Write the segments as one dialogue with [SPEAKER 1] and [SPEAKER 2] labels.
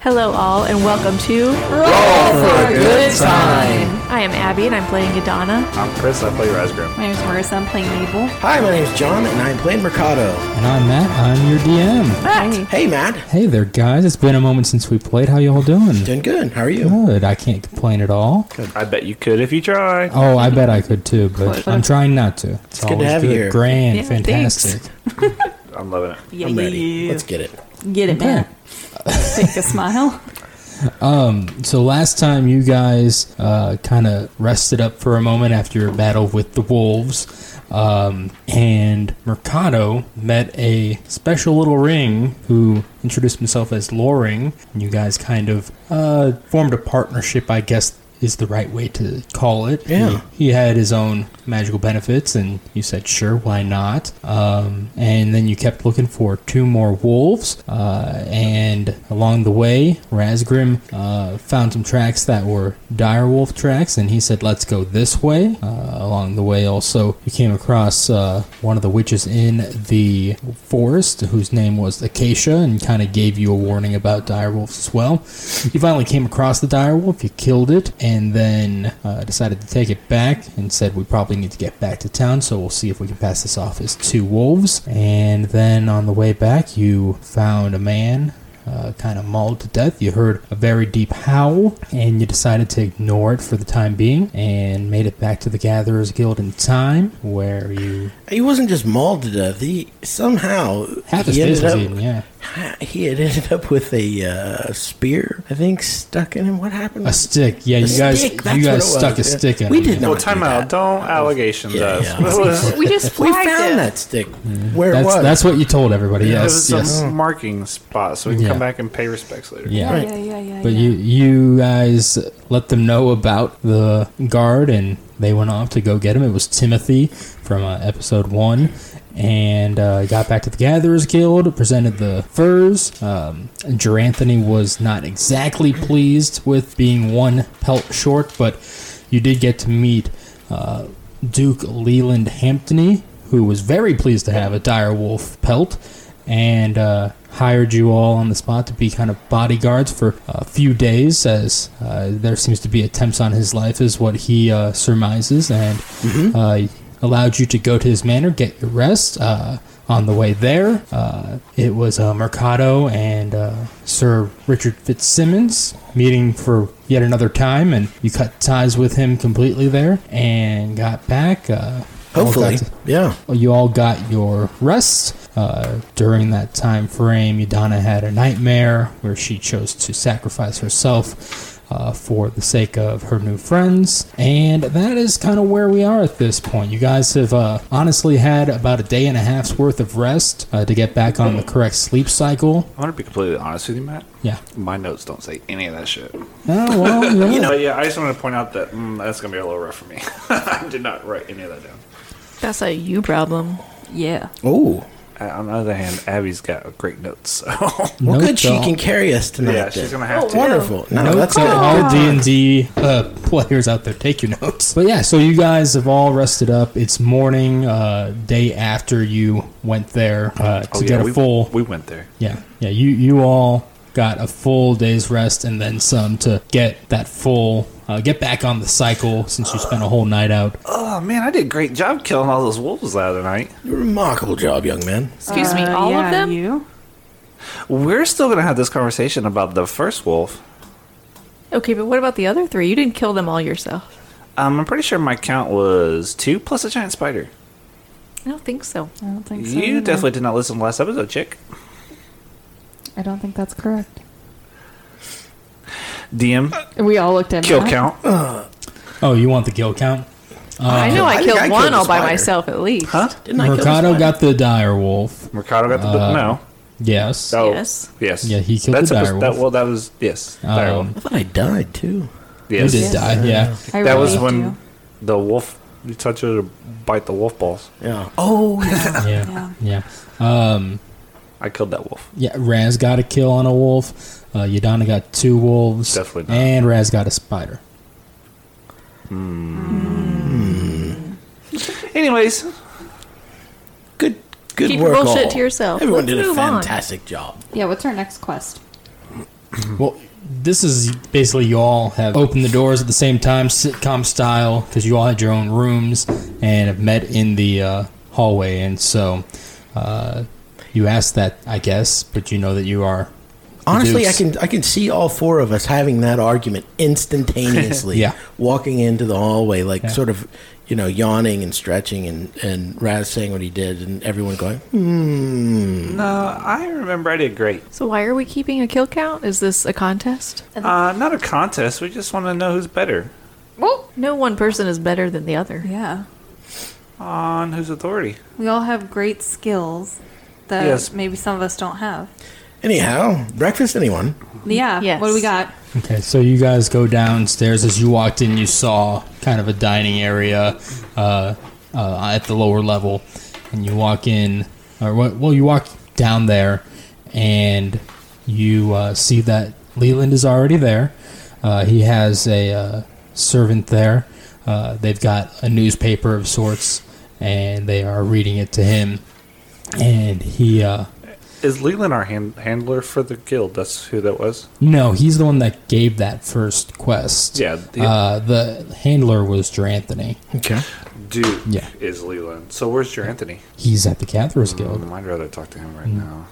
[SPEAKER 1] Hello, all, and welcome to.
[SPEAKER 2] for a good time.
[SPEAKER 1] I am Abby, and I'm playing Adana.
[SPEAKER 2] I'm Chris. I play Razgrim.
[SPEAKER 3] My name's Marissa. I'm playing Mabel.
[SPEAKER 4] Hi, my name's John, and I'm playing Mercado.
[SPEAKER 5] And I'm Matt. I'm your DM.
[SPEAKER 3] Hi.
[SPEAKER 4] Hey, Matt.
[SPEAKER 5] Hey there, guys. It's been a moment since we played. How y'all doing?
[SPEAKER 4] Doing good. How are you?
[SPEAKER 5] Good. I can't complain at all.
[SPEAKER 2] I bet you could if you try.
[SPEAKER 5] Oh, I bet I could too, but I'm trying not to. It's,
[SPEAKER 4] good to
[SPEAKER 5] always
[SPEAKER 4] have you here.
[SPEAKER 5] Grand,
[SPEAKER 1] Yeah,
[SPEAKER 5] fantastic.
[SPEAKER 2] I'm loving it.
[SPEAKER 3] Yeah,
[SPEAKER 4] I'm
[SPEAKER 3] yeah,
[SPEAKER 4] ready.
[SPEAKER 3] yeah.
[SPEAKER 4] Let's get it.
[SPEAKER 3] Get it, man. Fake a smile.
[SPEAKER 5] So last time you guys uh, kind of rested up for a moment after your battle with the wolves, um, and Mercado met a special little ring who introduced himself as Loring, and you guys kind of uh, formed a partnership, I guess is the right way to call it.
[SPEAKER 4] Yeah.
[SPEAKER 5] He, he had his own magical benefits, and you said, sure, why not? Um, and then you kept looking for two more wolves, uh, and along the way, Razgrim uh, found some tracks that were direwolf tracks, and he said, let's go this way. Uh, along the way, also, you came across uh, one of the witches in the forest, whose name was Acacia, and kind of gave you a warning about direwolves as well. You finally came across the direwolf, you killed it, and then uh, decided to take it back and said, We probably need to get back to town, so we'll see if we can pass this off as two wolves. And then on the way back, you found a man. Uh, kind of mauled to death. You heard a very deep howl, and you decided to ignore it for the time being, and made it back to the Gatherers Guild in time, where you
[SPEAKER 4] He wasn't just mauled to death. He somehow
[SPEAKER 5] half his
[SPEAKER 4] he
[SPEAKER 5] face
[SPEAKER 4] ended
[SPEAKER 5] was
[SPEAKER 4] up.
[SPEAKER 5] eaten. Yeah,
[SPEAKER 4] He had ended up with a uh, spear, I think, stuck in him. What happened?
[SPEAKER 5] a stick. Yeah,
[SPEAKER 4] A
[SPEAKER 5] you guys,
[SPEAKER 4] stick, that's
[SPEAKER 5] you
[SPEAKER 4] what it
[SPEAKER 5] guys
[SPEAKER 4] was,
[SPEAKER 5] stuck a
[SPEAKER 4] yeah.
[SPEAKER 5] stick in.
[SPEAKER 4] We
[SPEAKER 5] him,
[SPEAKER 4] did
[SPEAKER 5] yeah.
[SPEAKER 4] not
[SPEAKER 2] Well, time
[SPEAKER 4] do that.
[SPEAKER 2] out. Don't allegations
[SPEAKER 4] Yeah,
[SPEAKER 2] us.
[SPEAKER 4] yeah.
[SPEAKER 2] That was-
[SPEAKER 1] We just
[SPEAKER 4] We
[SPEAKER 1] flagged
[SPEAKER 4] found
[SPEAKER 1] it.
[SPEAKER 4] that stick where it
[SPEAKER 5] That's
[SPEAKER 4] was.
[SPEAKER 5] that's what you told everybody.
[SPEAKER 2] It
[SPEAKER 5] Yes,
[SPEAKER 2] was
[SPEAKER 5] yes.
[SPEAKER 2] a marking spot, so we can
[SPEAKER 5] Yeah.
[SPEAKER 2] come back and pay respects later.
[SPEAKER 5] Yeah.
[SPEAKER 4] Right.
[SPEAKER 3] Yeah, yeah, yeah.
[SPEAKER 5] But
[SPEAKER 3] yeah.
[SPEAKER 5] you you guys let them know about the guard, and they went off to go get him. It was Timothy from uh, episode one, and uh, got back to the Gatherers Guild, presented the furs. Um, Geranthony was not exactly pleased with being one pelt short, but you did get to meet uh, Duke Leland Hamptony, who was very pleased to have a dire wolf pelt and uh, hired you all on the spot to be kind of bodyguards for a few days, as uh, there seems to be attempts on his life, is what he uh, surmises, and uh, allowed you to go to his manor, get your rest. Uh, on the way there, uh, it was uh, Mercado and uh, Sir Richard Fitzsimmons meeting for yet another time, and you cut ties with him completely there and got back. Uh, all got
[SPEAKER 4] Hopefully,
[SPEAKER 5] to-
[SPEAKER 4] yeah.
[SPEAKER 5] you all got your rest uh, during that time frame. Yadana had a nightmare where she chose to sacrifice herself uh, for the sake of her new friends, and that is kind of where we are at this point. You guys have uh, honestly had about a day and a half's worth of rest uh, to get back on the correct sleep cycle.
[SPEAKER 2] I'm gonna be completely honest with you, Matt.
[SPEAKER 5] Yeah.
[SPEAKER 2] My notes don't say any of that shit.
[SPEAKER 5] Oh well, yeah.
[SPEAKER 2] You know, yeah. I just want to point out that mm, that's gonna be a little rough for me. I did not write any of that down.
[SPEAKER 1] That's a you problem.
[SPEAKER 3] Yeah.
[SPEAKER 4] Oh,
[SPEAKER 2] Uh, on the other hand, Abby's got great notes, so Oh,
[SPEAKER 4] well,
[SPEAKER 5] Notes
[SPEAKER 4] good. She
[SPEAKER 5] are-
[SPEAKER 4] can carry us tonight.
[SPEAKER 2] yeah,
[SPEAKER 4] then.
[SPEAKER 2] she's gonna have
[SPEAKER 1] Oh,
[SPEAKER 2] to.
[SPEAKER 1] wow.
[SPEAKER 4] Wonderful. No,
[SPEAKER 5] notes
[SPEAKER 4] that's
[SPEAKER 5] to
[SPEAKER 4] good.
[SPEAKER 5] all D and D players out there. Take your notes. But yeah, so you guys have all rested up. It's morning, uh, day after you went there uh, to
[SPEAKER 2] Oh,
[SPEAKER 5] get
[SPEAKER 2] yeah,
[SPEAKER 5] a
[SPEAKER 2] we,
[SPEAKER 5] full.
[SPEAKER 2] we went there.
[SPEAKER 5] yeah, yeah. You you all got a full day's rest and then some to get that full. Uh, get back on the cycle since you spent a whole night out.
[SPEAKER 2] Oh man, I did a great job killing all those wolves the other night.
[SPEAKER 4] Remarkable job, young man.
[SPEAKER 1] Excuse me,
[SPEAKER 3] Uh,
[SPEAKER 1] all
[SPEAKER 3] yeah,
[SPEAKER 1] of them?
[SPEAKER 3] You.
[SPEAKER 2] We're still gonna have this conversation about the first wolf.
[SPEAKER 1] Okay, but what about the other three? You didn't kill them all yourself.
[SPEAKER 2] Um, I'm pretty sure my count was two plus a giant spider.
[SPEAKER 1] I don't think so.
[SPEAKER 3] I don't think so.
[SPEAKER 2] you
[SPEAKER 3] either.
[SPEAKER 2] definitely did not listen to the last episode, chick.
[SPEAKER 3] I don't think that's correct.
[SPEAKER 2] DM
[SPEAKER 3] We all looked at
[SPEAKER 2] kill
[SPEAKER 1] Uh-huh.
[SPEAKER 3] Matt.
[SPEAKER 2] count,
[SPEAKER 5] Oh, you want the kill count?
[SPEAKER 2] Uh,
[SPEAKER 1] I know I,
[SPEAKER 4] I think
[SPEAKER 1] killed
[SPEAKER 4] I killed
[SPEAKER 1] one
[SPEAKER 4] the
[SPEAKER 1] all by
[SPEAKER 4] spider.
[SPEAKER 1] myself at least.
[SPEAKER 2] huh?
[SPEAKER 4] Didn't I kill the
[SPEAKER 5] Mercado
[SPEAKER 4] spider?
[SPEAKER 5] got the dire wolf.
[SPEAKER 2] Mercado got the
[SPEAKER 5] Uh,
[SPEAKER 2] no.
[SPEAKER 5] Yes.
[SPEAKER 2] Oh,
[SPEAKER 1] Yes.
[SPEAKER 2] Yes.
[SPEAKER 5] Yeah, he killed
[SPEAKER 2] That's
[SPEAKER 5] the
[SPEAKER 2] a-
[SPEAKER 5] direwolf.
[SPEAKER 2] That, well, that was yes.
[SPEAKER 5] Um,
[SPEAKER 4] I thought I died too.
[SPEAKER 2] direwolf. Yes.
[SPEAKER 5] He did die. Yeah.
[SPEAKER 3] I
[SPEAKER 2] That was
[SPEAKER 3] really
[SPEAKER 2] when
[SPEAKER 3] do.
[SPEAKER 2] the wolf you touched her to bite the wolf balls.
[SPEAKER 4] Yeah. Oh, yeah.
[SPEAKER 5] Yeah. Yeah. Um,
[SPEAKER 2] I killed that wolf.
[SPEAKER 5] Yeah, Raz got a kill on a wolf. Uh, Yadana got two wolves.
[SPEAKER 2] Definitely not.
[SPEAKER 5] And Raz got a spider.
[SPEAKER 2] Anyways,
[SPEAKER 4] good. Good
[SPEAKER 1] Keep your
[SPEAKER 4] work.
[SPEAKER 1] bullshit
[SPEAKER 4] all.
[SPEAKER 1] to yourself.
[SPEAKER 4] Everyone
[SPEAKER 1] Let's
[SPEAKER 4] did a
[SPEAKER 1] move on.
[SPEAKER 4] fantastic job.
[SPEAKER 3] Yeah, what's our next quest?
[SPEAKER 5] Well, this is basically you all have opened the doors at the same time, sitcom style, because you all had your own rooms and have met in the uh, hallway. And so uh, you asked that, I guess, but you know that you are.
[SPEAKER 4] Honestly, I
[SPEAKER 5] Dukes.
[SPEAKER 4] can I can see all four of us having that argument instantaneously.
[SPEAKER 5] Yeah.
[SPEAKER 4] Walking into the hallway, like
[SPEAKER 5] Yeah.
[SPEAKER 4] sort of, you know, yawning and stretching, and and Raz saying what he did, and everyone going, hmm.
[SPEAKER 2] No, I remember I did great.
[SPEAKER 1] So why are we keeping a kill count? Is this a contest?
[SPEAKER 2] Uh, not a contest. We just want to know who's better
[SPEAKER 1] Well, no one person is better than the other.
[SPEAKER 3] Yeah.
[SPEAKER 2] on whose authority.
[SPEAKER 3] We all have great skills that
[SPEAKER 2] Yes.
[SPEAKER 3] maybe some of us don't have.
[SPEAKER 4] Anyhow, breakfast, anyone?
[SPEAKER 3] Yeah.
[SPEAKER 1] Yes.
[SPEAKER 3] What do we got?
[SPEAKER 5] Okay, so you guys go downstairs. As you walked in, you saw kind of a dining area uh, uh, at the lower level, and you walk in, or wh- well, you walk down there, and you uh, see that Leland is already there. Uh, he has a uh, servant there. Uh, they've got a newspaper of sorts, and they are reading it to him. And he, uh,
[SPEAKER 2] Is Leland our hand- handler for the guild? That's who that was.
[SPEAKER 5] no, he's the one that gave that first quest.
[SPEAKER 2] Yeah. The,
[SPEAKER 5] Uh, the handler was Dr. Anthony.
[SPEAKER 4] Okay.
[SPEAKER 2] Duke
[SPEAKER 5] yeah.
[SPEAKER 2] is Leland. So where's your Anthony?
[SPEAKER 5] He's at the Cathars Guild.
[SPEAKER 2] Mm, I'd rather talk to him right now.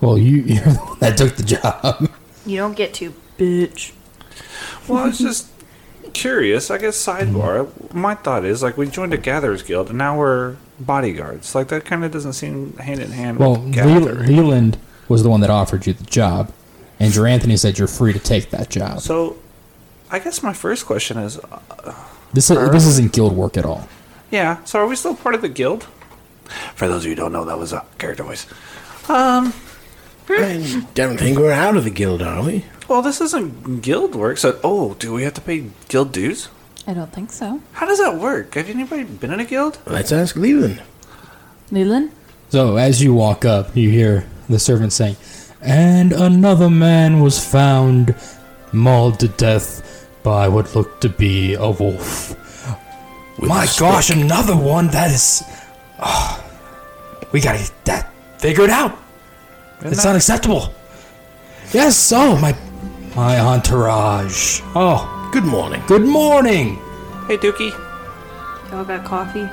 [SPEAKER 5] Well, you, you're the one that took the job.
[SPEAKER 1] You don't get to, bitch.
[SPEAKER 2] Well, I was just curious. I guess sidebar. My thought is like we joined a Gatherers Guild and now we're bodyguards. Like that kind of doesn't seem hand in hand.
[SPEAKER 5] Well,
[SPEAKER 2] with gathering.
[SPEAKER 5] Le- Leland was the one that offered you the job, and Dr. Anthony said you're free to take that job.
[SPEAKER 2] so I guess my first question is, uh,
[SPEAKER 5] This is, this isn't guild work at all.
[SPEAKER 2] yeah. So are we still part of the guild? For those of you who don't know, that was a character voice.
[SPEAKER 4] I don't think we're out of the guild, are we?
[SPEAKER 2] Well, this isn't guild work. So, oh, do we have to pay guild dues?
[SPEAKER 3] I don't think so.
[SPEAKER 2] How does that work? Have anybody been in a guild?
[SPEAKER 4] Let's ask Leland.
[SPEAKER 3] Leland?
[SPEAKER 5] So as you walk up, you hear the servant saying, "And another man was found mauled to death by what looked to be a wolf." My gosh, another one! That is, Ah. we gotta get that figured out. it's
[SPEAKER 2] that-
[SPEAKER 5] unacceptable. Yes. Oh my, my entourage. Oh,
[SPEAKER 4] Good morning.
[SPEAKER 5] good morning.
[SPEAKER 2] Hey, Dookie.
[SPEAKER 3] Y'all got coffee?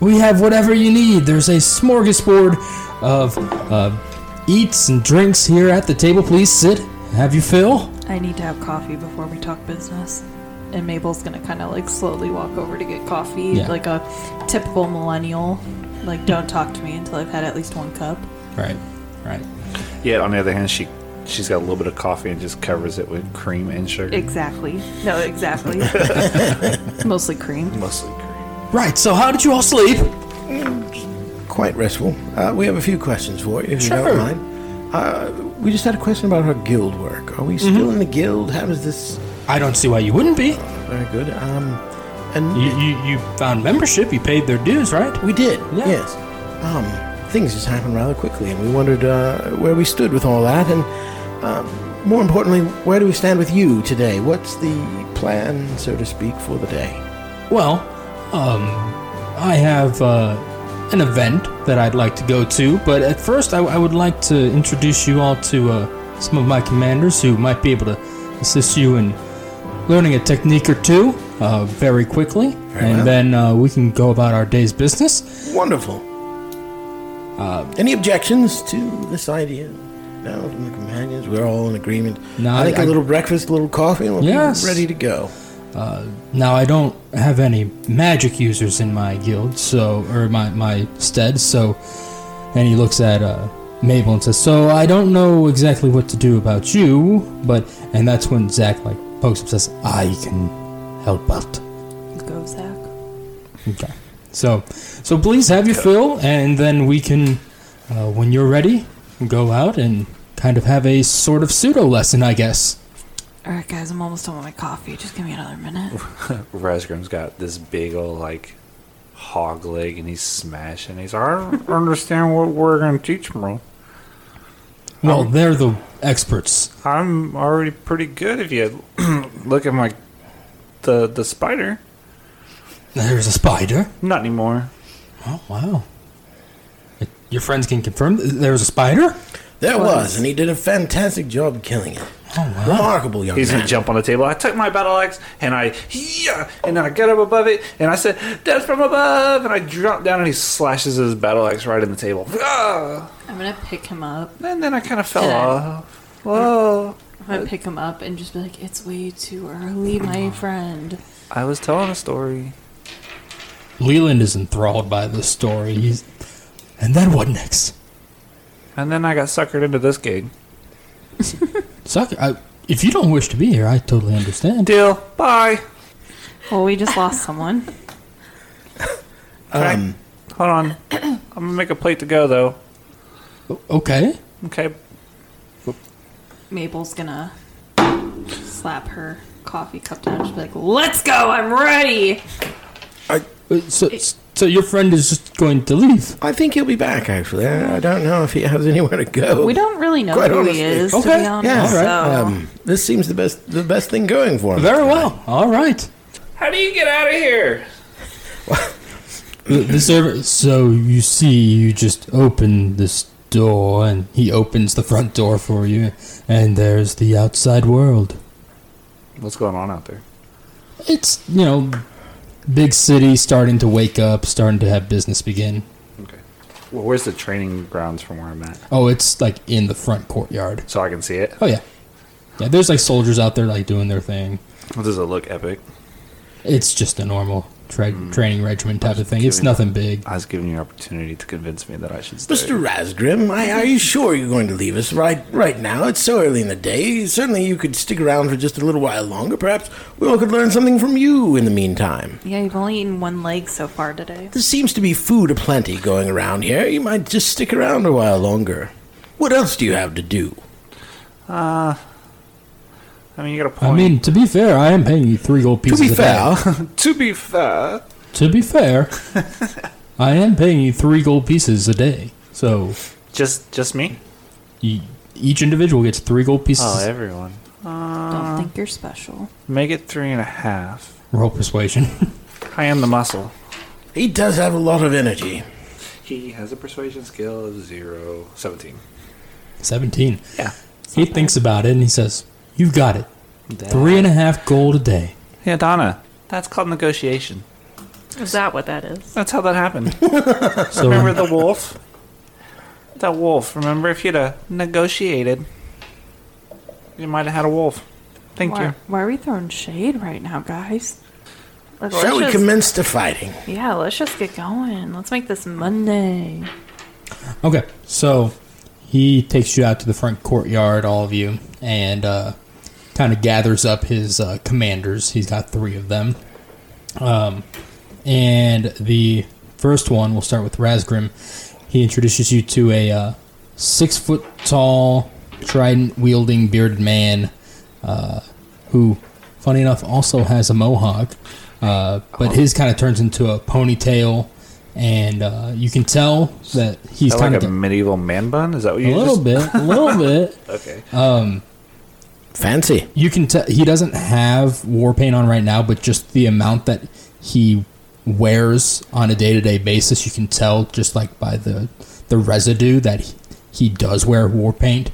[SPEAKER 5] We have whatever you need. There's a smorgasbord of uh, eats and drinks here at the table. Please sit. Have you fill?
[SPEAKER 3] I need to have coffee before we talk business. And Mabel's gonna kind of like slowly walk over to get coffee,
[SPEAKER 5] Yeah.
[SPEAKER 3] like a typical millennial. Like, don't talk to me until I've had at least one cup.
[SPEAKER 5] Right. Right.
[SPEAKER 2] Yeah. On the other hand, she she's got a little bit of coffee and just covers it with cream and sugar,
[SPEAKER 3] Exactly. No, exactly. Mostly cream.
[SPEAKER 2] mostly cream.
[SPEAKER 5] Right. So how did you all sleep?
[SPEAKER 4] Quite restful. Uh, we have a few questions for you, if you
[SPEAKER 5] Sure.
[SPEAKER 4] don't mind. Uh, we just had a question about our guild work. Are we
[SPEAKER 1] Mm-hmm.
[SPEAKER 4] still in the guild? How does this?
[SPEAKER 5] I don't see why you wouldn't be.
[SPEAKER 4] Very good. Um, and
[SPEAKER 5] You you, you found membership. You paid their dues, right?
[SPEAKER 4] we did.
[SPEAKER 5] Yeah.
[SPEAKER 4] Yes. Um, things just happened rather quickly, and we wondered uh, where we stood with all that, and uh, more importantly, where do we stand with you today? What's the plan, so to speak, for the day?
[SPEAKER 5] Well, um, I have uh, an event that I'd like to go to, but at first I, I would like to introduce you all to uh, some of my commanders who might be able to assist you in learning a technique or two uh, very quickly, and
[SPEAKER 4] well.
[SPEAKER 5] then uh, we can go about our day's business.
[SPEAKER 4] Wonderful. Uh, Any objections to this idea? No, from the companions, we're all in agreement.
[SPEAKER 5] No,
[SPEAKER 4] I think
[SPEAKER 5] I-
[SPEAKER 4] a little breakfast, a little coffee, and we'll
[SPEAKER 5] Yes.
[SPEAKER 4] be ready to go.
[SPEAKER 5] Now, I don't have any magic users in my guild, so or my my stead. So, and he looks at uh, Mabel and says, "So I don't know exactly what to do about you, but." And that's when Zach like pokes up, says, "I can help out."
[SPEAKER 3] Go, Zach.
[SPEAKER 5] Okay. So, so please have your fill, and then we can, uh, when you're ready, go out and kind of have a sort of pseudo lesson, I guess.
[SPEAKER 3] All right, guys, I'm almost done with my coffee. Just give me another minute.
[SPEAKER 2] Razgrim's got this big old like hog leg, and he's smashing. He's I don't understand what we're gonna teach him.
[SPEAKER 5] Well, they're the experts.
[SPEAKER 2] I'm already pretty good if you look at my the the spider.
[SPEAKER 5] There's a spider.
[SPEAKER 2] Not anymore.
[SPEAKER 5] Oh wow! Your friends can confirm th- there was a spider.
[SPEAKER 4] There
[SPEAKER 3] Was.
[SPEAKER 4] was, and he did a fantastic job killing it.
[SPEAKER 5] Oh,
[SPEAKER 4] Remarkable young
[SPEAKER 2] He's
[SPEAKER 4] man.
[SPEAKER 2] gonna jump on the table. I took my battle axe and I yeah, and I got up above it and I said, "That's from above!" And I dropped down and he slashes his battle axe right in the table. Ah!
[SPEAKER 3] I'm gonna pick him up.
[SPEAKER 2] And then I kind of fell
[SPEAKER 3] Yeah.
[SPEAKER 2] off. Whoa!
[SPEAKER 3] I'm gonna pick him up and just be like, "It's way too early, my friend."
[SPEAKER 2] I was telling a story.
[SPEAKER 5] Leland is enthralled by this story. He's, and then what next?
[SPEAKER 2] And then I got suckered into this gig.
[SPEAKER 5] Suck. I, if you don't wish to be here, I totally understand.
[SPEAKER 2] Deal. Bye.
[SPEAKER 3] Well, we just lost someone.
[SPEAKER 2] Can I-
[SPEAKER 4] Um,
[SPEAKER 2] hold on. I'm gonna make a plate to go though.
[SPEAKER 5] Okay.
[SPEAKER 2] Okay.
[SPEAKER 3] Mabel's gonna slap her coffee cup down. She's like, "Let's go! I'm ready."
[SPEAKER 5] Uh, So, so your friend is just going to leave.
[SPEAKER 4] I think he'll be back, actually. I, I don't know if he has anywhere to go.
[SPEAKER 3] We don't really know
[SPEAKER 4] Quite
[SPEAKER 3] who
[SPEAKER 4] honestly.
[SPEAKER 3] he is, to
[SPEAKER 5] Okay,
[SPEAKER 3] be honest.
[SPEAKER 4] Yeah,
[SPEAKER 3] so-
[SPEAKER 4] um, this seems the best the best thing going for him.
[SPEAKER 5] Very well. All right.
[SPEAKER 2] How do you get out of here?
[SPEAKER 5] The, the server. So you see, you just open this door, and he opens the front door for you, and there's the outside world.
[SPEAKER 2] What's going on out there?
[SPEAKER 5] It's you know, big city starting to wake up, starting to have business begin.
[SPEAKER 2] Okay. Well, where's the training grounds from where I'm at?
[SPEAKER 5] Oh, it's like in the front courtyard.
[SPEAKER 2] So I can see it.
[SPEAKER 5] Oh yeah, yeah. There's like soldiers out there like doing their thing.
[SPEAKER 2] Does it look epic?
[SPEAKER 5] It's just a normal tra-
[SPEAKER 2] Hmm.
[SPEAKER 5] training regiment type of thing. It's
[SPEAKER 2] giving-
[SPEAKER 5] nothing big.
[SPEAKER 2] I was giving you an opportunity to convince me that I should stay.
[SPEAKER 4] Mr. Rasgrim, I, are you sure you're going to leave us right right now? It's so early in the day. Certainly, you could stick around for just a little while longer. Perhaps we all could learn something from you in the meantime.
[SPEAKER 3] yeah, you've only eaten one leg so far today.
[SPEAKER 4] There seems to be food aplenty going around here. You might just stick around a while longer. What else do you have to do?
[SPEAKER 2] I mean, you got a point.
[SPEAKER 5] I mean, to be fair, I am paying you three gold
[SPEAKER 4] To
[SPEAKER 5] pieces.
[SPEAKER 4] be
[SPEAKER 5] a day.
[SPEAKER 4] fair,
[SPEAKER 2] to be fair,
[SPEAKER 5] To be fair, I am paying you three gold pieces a day. So
[SPEAKER 2] just just me. Oh,
[SPEAKER 5] you, each individual gets three gold pieces.
[SPEAKER 2] everyone.
[SPEAKER 4] Uh,
[SPEAKER 3] Don't think you're special.
[SPEAKER 2] Make it three and a half.
[SPEAKER 5] Roll persuasion.
[SPEAKER 2] I am the muscle.
[SPEAKER 4] he does have a lot of energy.
[SPEAKER 2] He has a persuasion skill of zero. 17.
[SPEAKER 5] Seventeen.
[SPEAKER 2] Yeah.
[SPEAKER 5] He thinks about it and he says, "You've got it. Three and a half gold a day."
[SPEAKER 2] Yeah, Donna. That's called negotiation.
[SPEAKER 1] Is that what that is?
[SPEAKER 2] That's how that happened.
[SPEAKER 5] So
[SPEAKER 2] remember the wolf? That wolf. Remember if you'd have negotiated, you might have had a wolf. Thank
[SPEAKER 3] why,
[SPEAKER 2] you.
[SPEAKER 3] why are we throwing shade right now, guys?
[SPEAKER 1] Like,
[SPEAKER 4] Shall we
[SPEAKER 1] let's just-
[SPEAKER 4] commence to fighting?
[SPEAKER 1] Yeah, let's just get going.
[SPEAKER 3] Let's make this Monday.
[SPEAKER 5] Okay, so he takes you out to the front courtyard, all of you, and uh, kind of gathers up his uh, commanders. He's got three of them. Um, and the first one, we'll start with Razgrim. He introduces you to a uh, six foot tall, trident wielding bearded man uh, who, funny enough, also has a mohawk, uh, but his kind of turns into a ponytail. And uh, you can tell that
[SPEAKER 2] Is
[SPEAKER 5] he's
[SPEAKER 2] that
[SPEAKER 5] kind
[SPEAKER 2] like
[SPEAKER 5] of
[SPEAKER 2] a medieval man bun? Is that what you
[SPEAKER 5] a little
[SPEAKER 2] just...
[SPEAKER 5] bit, a little bit.
[SPEAKER 2] Okay.
[SPEAKER 4] Fancy.
[SPEAKER 5] You can tell he doesn't have war paint on right now, but just the amount that he wears on a day to day basis, you can tell just like by the the residue that he, he does wear war paint.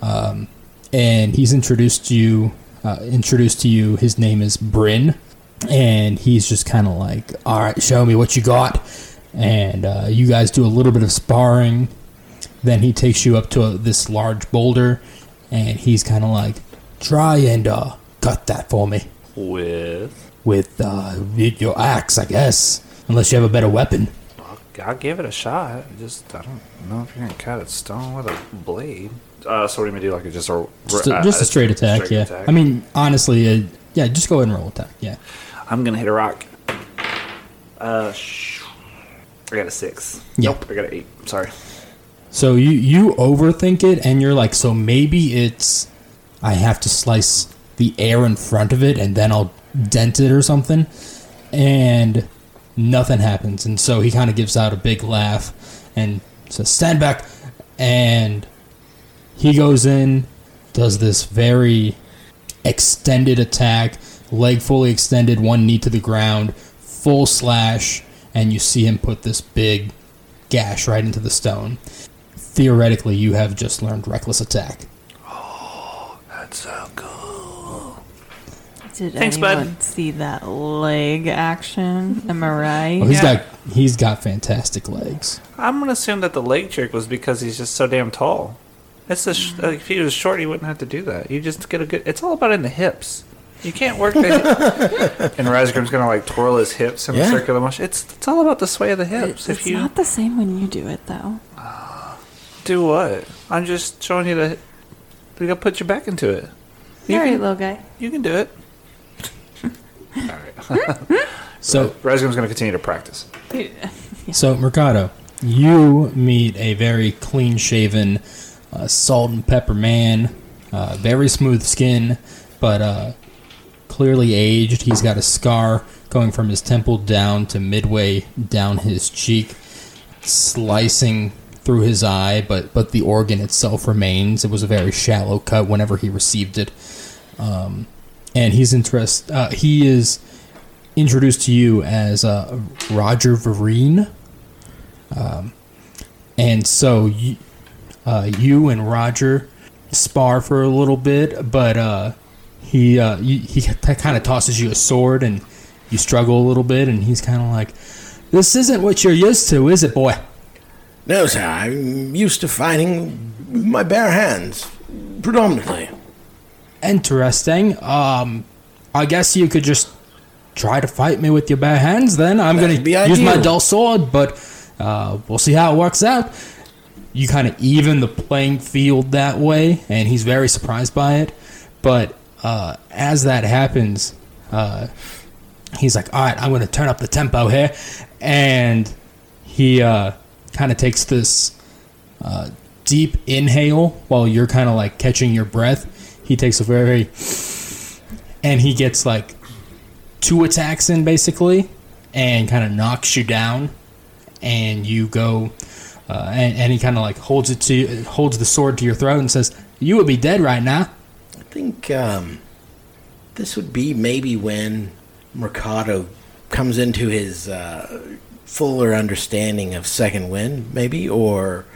[SPEAKER 5] Um, and he's introduced you uh, introduced to you. His name is Bryn, and he's just kind of like, "All right, show me what you got." And uh, you guys do a little bit of sparring. Then he takes you up to a, this large boulder, and he's kind of like, "Try and uh, cut that for me
[SPEAKER 2] With...
[SPEAKER 5] with uh, with your axe, I guess, unless you have a better weapon."
[SPEAKER 2] I'll give it a shot. Just I don't know if you're gonna cut a stone with a blade. Uh, so what do you mean? Do like a just a
[SPEAKER 5] Just a,
[SPEAKER 2] uh,
[SPEAKER 5] just a Ah, straight attack, yeah. I mean, honestly, uh, yeah, just go ahead and roll attack, yeah.
[SPEAKER 2] I'm gonna hit a rock. Uh, sh- I got a six.
[SPEAKER 5] Yeah.
[SPEAKER 2] Nope, I got an eight. Sorry.
[SPEAKER 5] So you you overthink it, and you're like, so maybe it's I have to slice the air in front of it, and then I'll dent it or something, and nothing happens. And so he kind of gives out a big laugh and says, "Stand back," and he goes in, does this very extended attack, leg fully extended, one knee to the ground, full slash, and you see him put this big gash right into the stone theoretically, you have just learned reckless attack.
[SPEAKER 2] That's so cool.
[SPEAKER 3] Did
[SPEAKER 2] Thanks, bud.
[SPEAKER 3] anyone see that leg action? Am I right?
[SPEAKER 5] Well, he's
[SPEAKER 2] Yeah.
[SPEAKER 5] got he's got fantastic legs.
[SPEAKER 2] I'm gonna assume that the leg trick was because he's just so damn tall. It's the sh- like, if he was short, he wouldn't have to do that. You just get a good. It's all about in the hips. You can't work. The and Razgrim's gonna like twirl his hips in a
[SPEAKER 4] Yeah.
[SPEAKER 2] circular motion. It's it's all about the sway of the hips.
[SPEAKER 3] It's,
[SPEAKER 2] if
[SPEAKER 3] it's
[SPEAKER 2] you
[SPEAKER 3] not the same when you do it though.
[SPEAKER 2] do what, I'm just showing you that you gotta put your back into it. You
[SPEAKER 3] All right,
[SPEAKER 2] can,
[SPEAKER 3] little guy.
[SPEAKER 2] you can do it.
[SPEAKER 5] So
[SPEAKER 2] Razgrim's gonna continue to practice.
[SPEAKER 5] so Mercado, you meet a very clean shaven, uh, salt and pepper man, uh, very smooth skin, but uh, clearly aged. He's got a scar going from his temple down to midway down his cheek, slicing through his eye, but but the organ itself remains. It was a very shallow cut whenever he received it. Um, and he's interest. Uh, he is introduced to you as uh, Roger Vereen, um, and so you, uh, you and Roger spar for a little bit, but uh, he uh, you, he kind of tosses you a sword, and you struggle a little bit, and he's kind of like, "This isn't what you're used to, is it, boy?"
[SPEAKER 4] No, sir. I'm used to fighting with my bare hands, predominantly.
[SPEAKER 5] Interesting. Um, I guess you could just try to fight me with your bare hands. Then I'm going
[SPEAKER 4] That'd
[SPEAKER 5] to
[SPEAKER 4] be
[SPEAKER 5] use my
[SPEAKER 4] ideal.
[SPEAKER 5] dull sword, but uh, we'll see how it works out. You kind of even the playing field that way, and he's very surprised by it. But uh, as that happens, uh, he's like, "All right, I'm going to turn up the tempo here," and he uh, kind of takes this deep inhale while you're kind of like catching your breath. He takes a very, very and he gets like two attacks in basically, and kind of knocks you down, and you go, uh, and, and he kind of like holds it to holds the sword to your throat and says, "You would be dead right now."
[SPEAKER 4] I think um, this would be maybe when Mercado comes into his uh, fuller understanding of second wind, maybe, or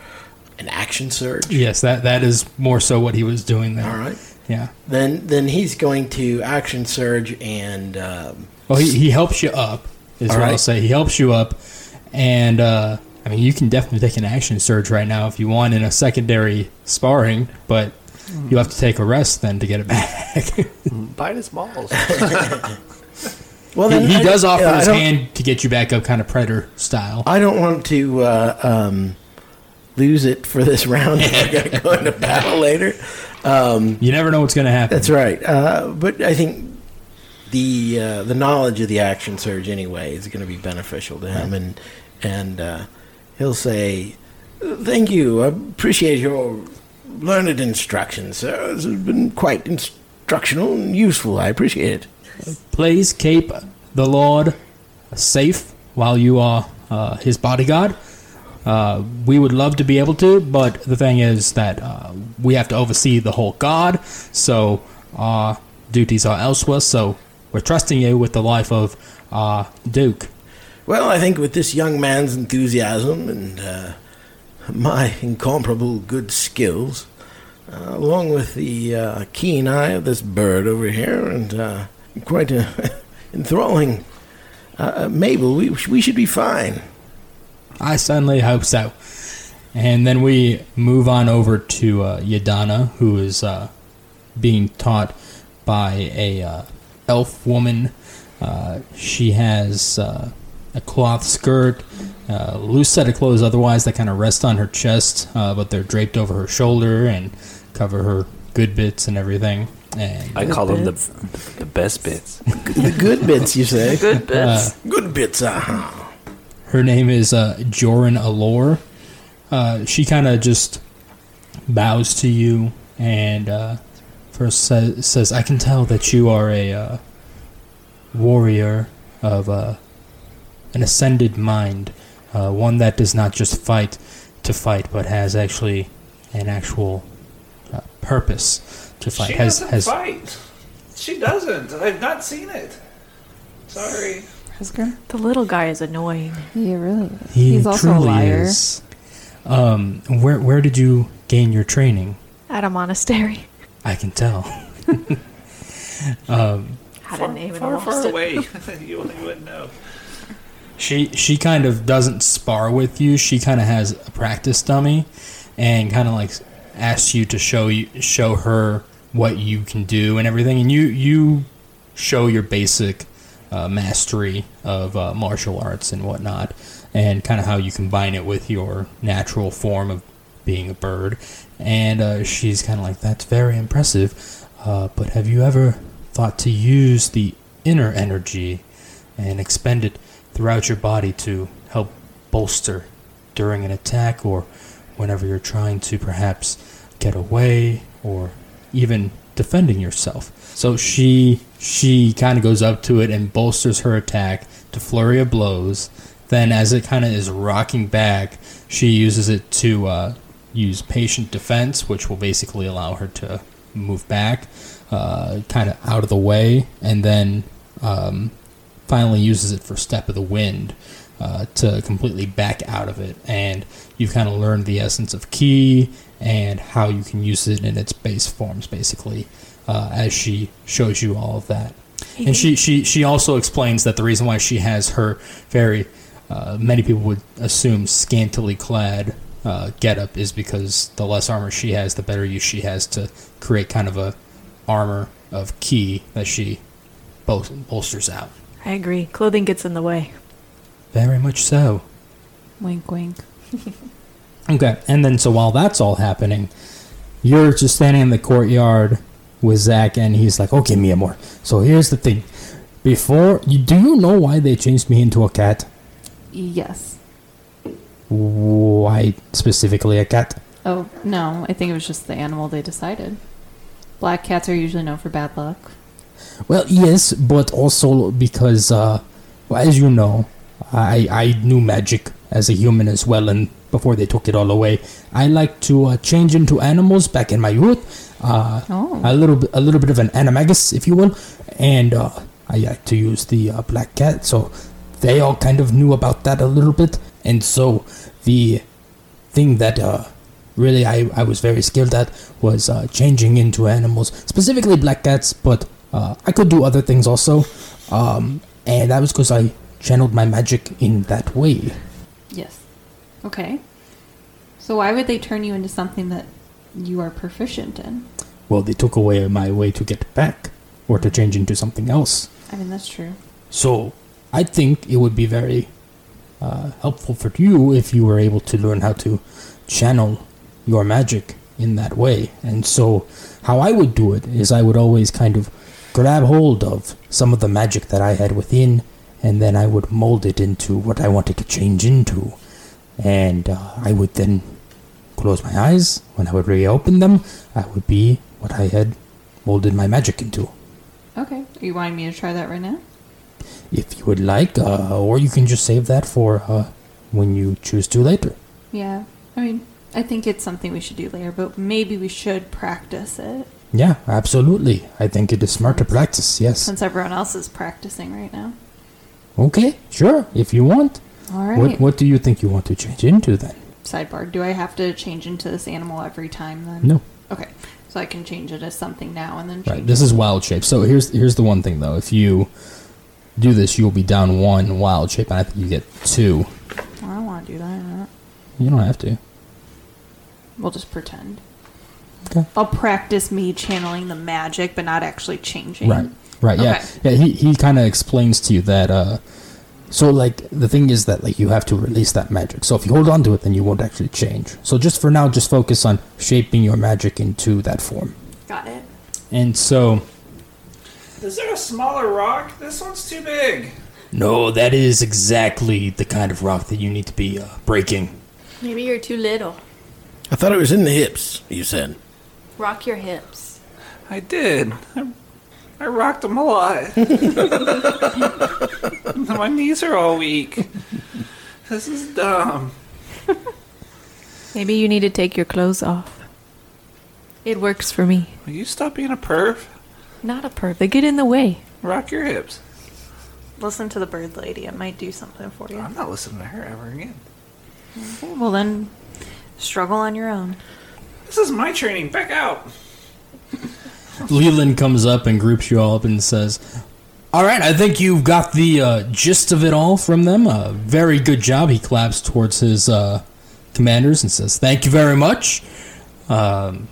[SPEAKER 4] an action surge.
[SPEAKER 5] Yes, that that is more so what he was doing there.
[SPEAKER 4] All right.
[SPEAKER 5] Yeah.
[SPEAKER 4] Then, then he's going to action surge and um,
[SPEAKER 5] Well, he, he helps you up, is
[SPEAKER 4] All
[SPEAKER 5] what I'll
[SPEAKER 4] right.
[SPEAKER 5] say. He helps you up, and uh, I mean, you can definitely take an action surge right now if you want in a secondary sparring, but you have to take a rest then to get it back. he
[SPEAKER 2] Bite his balls.
[SPEAKER 4] well, then
[SPEAKER 5] he
[SPEAKER 4] I-
[SPEAKER 5] does offer
[SPEAKER 4] yeah, I
[SPEAKER 5] his
[SPEAKER 4] don't-
[SPEAKER 5] hand to get you back up, kind of predator style.
[SPEAKER 4] I don't want to uh, um, lose it for this round. if I got to go into battle later.
[SPEAKER 5] You never know what's going to happen.
[SPEAKER 4] That's right. Uh, but I think the uh, the knowledge of the action surge anyway is going to be beneficial to him, and and uh, he'll say, "Thank you. I appreciate your learned instructions, sir. This has been quite instructional and useful. I appreciate it."
[SPEAKER 5] Please keep the Lord safe while you are uh, his bodyguard. Uh, we would love to be able to, but the thing is that uh, we have to oversee the whole guard, so our duties are elsewhere. So we're trusting you with the life of our Duke.
[SPEAKER 4] Well, I think with this young man's enthusiasm and uh, my incomparable good skills, uh, along with the uh, keen eye of this bird over here, and uh, quite a enthralling uh, Mabel, we, we should be fine.
[SPEAKER 5] I certainly hope so. And then we move on over to uh, Yadana, who is uh, being taught by a uh, elf woman. Uh, she has uh, a cloth skirt, uh, loose set of clothes. Otherwise, that kind of rest on her chest, uh, but they're draped over her shoulder and cover her good bits and everything. And
[SPEAKER 2] I call them the
[SPEAKER 3] bits.
[SPEAKER 2] the best bits.
[SPEAKER 4] The good bits, you say?
[SPEAKER 3] Good bits.
[SPEAKER 4] Good bits, uh-huh.
[SPEAKER 5] Her name is uh, Joran Alor. Uh, she kind of just bows to you and uh, first says, says, I can tell that you are a uh, warrior of uh, an ascended mind, uh, one that does not just fight to fight, but has actually an actual uh, purpose to fight.
[SPEAKER 2] She
[SPEAKER 5] has
[SPEAKER 2] doesn't
[SPEAKER 5] has
[SPEAKER 2] fight. She doesn't. I've not seen it. Sorry.
[SPEAKER 1] The little guy is annoying.
[SPEAKER 3] He really is.
[SPEAKER 5] He
[SPEAKER 3] He's also a
[SPEAKER 5] truly
[SPEAKER 3] liar.
[SPEAKER 5] is. Um, where where did you gain your training?
[SPEAKER 1] At a monastery.
[SPEAKER 5] I can tell.
[SPEAKER 1] Had
[SPEAKER 2] far,
[SPEAKER 1] a name and I
[SPEAKER 2] far,
[SPEAKER 1] lost
[SPEAKER 2] far
[SPEAKER 1] it.
[SPEAKER 2] away. you wouldn't know.
[SPEAKER 5] She she kind of doesn't spar with you. She kind of has a practice dummy, and kind of like asks you to show you show her what you can do and everything. And you you show your basic uh, mastery of uh, martial arts and whatnot, and kind of how you combine it with your natural form of being a bird. And uh, she's kind of like, "That's very impressive, uh, but have you ever thought to use the inner energy and expend it throughout your body to help bolster during an attack or whenever you're trying to perhaps get away or even defending yourself. So she she kind of goes up to it and bolsters her attack to flurry of blows. Then as it kind of is rocking back, she uses it to uh, use patient defense, which will basically allow her to move back, uh, kind of out of the way, and then um, finally uses it for Step of the Wind uh, to completely back out of it. And you've kind of learned the essence of Ki and how you can use it in its base forms, basically, uh, as she shows you all of that. And she, she, she also explains that the reason why she has her very, uh, many people would assume, scantily clad uh, getup is because the less armor she has, the better use she has to create kind of a armor of key that she bol- bolsters out.
[SPEAKER 1] I agree. Clothing gets in the way.
[SPEAKER 5] Very much so.
[SPEAKER 3] Wink, wink.
[SPEAKER 5] Okay, and then so while that's all happening, you're just standing in the courtyard with Zach, and he's like, "Oh, "Okay, Mia Moore. So here's the thing. Before you, do you know why they changed me into a cat?
[SPEAKER 3] Yes.
[SPEAKER 5] Why specifically a cat?
[SPEAKER 3] Oh, no. I think it was just the animal they decided. Black cats are usually known for bad luck.
[SPEAKER 5] Well, yes, but also because, uh, well, as you know, I I knew magic as a human as well, and before they took it all away, I like to uh, change into animals back in my youth. Uh,
[SPEAKER 3] Oh.
[SPEAKER 5] a little bit, a little bit of an animagus, if you will, and uh, I like to use the uh, black cat. So they all kind of knew about that a little bit, and so the thing that uh, really I, I was very skilled at was uh, changing into animals, specifically black cats. But uh, I could do other things also, um, and that was because I channeled my magic in that way.
[SPEAKER 3] Yes. Okay. So why would they turn you into something that you are proficient in?
[SPEAKER 5] Well, they took away my way to get back or to change into something else.
[SPEAKER 3] I mean, that's true.
[SPEAKER 5] So I think it would be very uh, helpful for you if you were able to learn how to channel your magic in that way. And so, how I would do it is I would always kind of grab hold of some of the magic that I had within, and then I would mold it into what I wanted to change into. And uh, I would then close my eyes. When I would reopen them, I would be what I had molded my magic into.
[SPEAKER 3] Okay. Are you wanting me to try that right now?
[SPEAKER 5] if you would like, uh, or you can just save that for uh, when you choose to later.
[SPEAKER 3] Yeah. I mean, I think it's something we should do later, but maybe we should practice it
[SPEAKER 5] Yeah, absolutely. I think it is smart to practice, yes.
[SPEAKER 3] since everyone else is practicing right now.
[SPEAKER 5] Okay, sure, if you want.
[SPEAKER 3] All right.
[SPEAKER 5] What, what do you think you want to change into then?
[SPEAKER 3] Sidebar. Do I have to change into this animal every time then?
[SPEAKER 5] No.
[SPEAKER 3] Okay. So I can change it as something now and then change
[SPEAKER 5] Right, this is wild shape. So here's here's the one thing though. If you do this, you'll be down one wild shape, and I think you get two.
[SPEAKER 3] it. I don't want to do that.
[SPEAKER 5] You don't have to.
[SPEAKER 3] We'll just pretend.
[SPEAKER 5] Okay.
[SPEAKER 3] I'll practice me channeling the magic, but not actually changing.
[SPEAKER 5] Right. Right. Yeah. Yeah. He he kind of explains to you that. Uh, so like the thing is that like you have to release that magic. So if you hold on to it, then you won't actually change. So just for now, just focus on shaping your magic into that form.
[SPEAKER 3] Got it.
[SPEAKER 5] And so
[SPEAKER 2] Is there a smaller rock? This one's too big.
[SPEAKER 5] no, that is exactly the kind of rock that you need to be uh, breaking.
[SPEAKER 1] Maybe you're too little.
[SPEAKER 4] I thought it was in the hips, you said.
[SPEAKER 1] Rock your hips.
[SPEAKER 2] I did. I, I rocked them a lot. My knees are all weak. This is dumb.
[SPEAKER 1] Maybe you need to take your clothes off. It works for me.
[SPEAKER 2] Will you stop being a perv?
[SPEAKER 1] Not a perv. They get in the way.
[SPEAKER 2] Rock your hips.
[SPEAKER 3] Listen to the Uh, bird lady. It might do something for you.
[SPEAKER 2] I'm not listening to her ever again.
[SPEAKER 3] Okay, well, then
[SPEAKER 1] Struggle on your own.
[SPEAKER 2] This is my training. Back out.
[SPEAKER 5] Leland comes up and groups you all up and says, "All right, I think you've got the uh, gist of it all from them. Uh, very good job." He claps towards his uh, commanders and says, "Thank you very much." Um,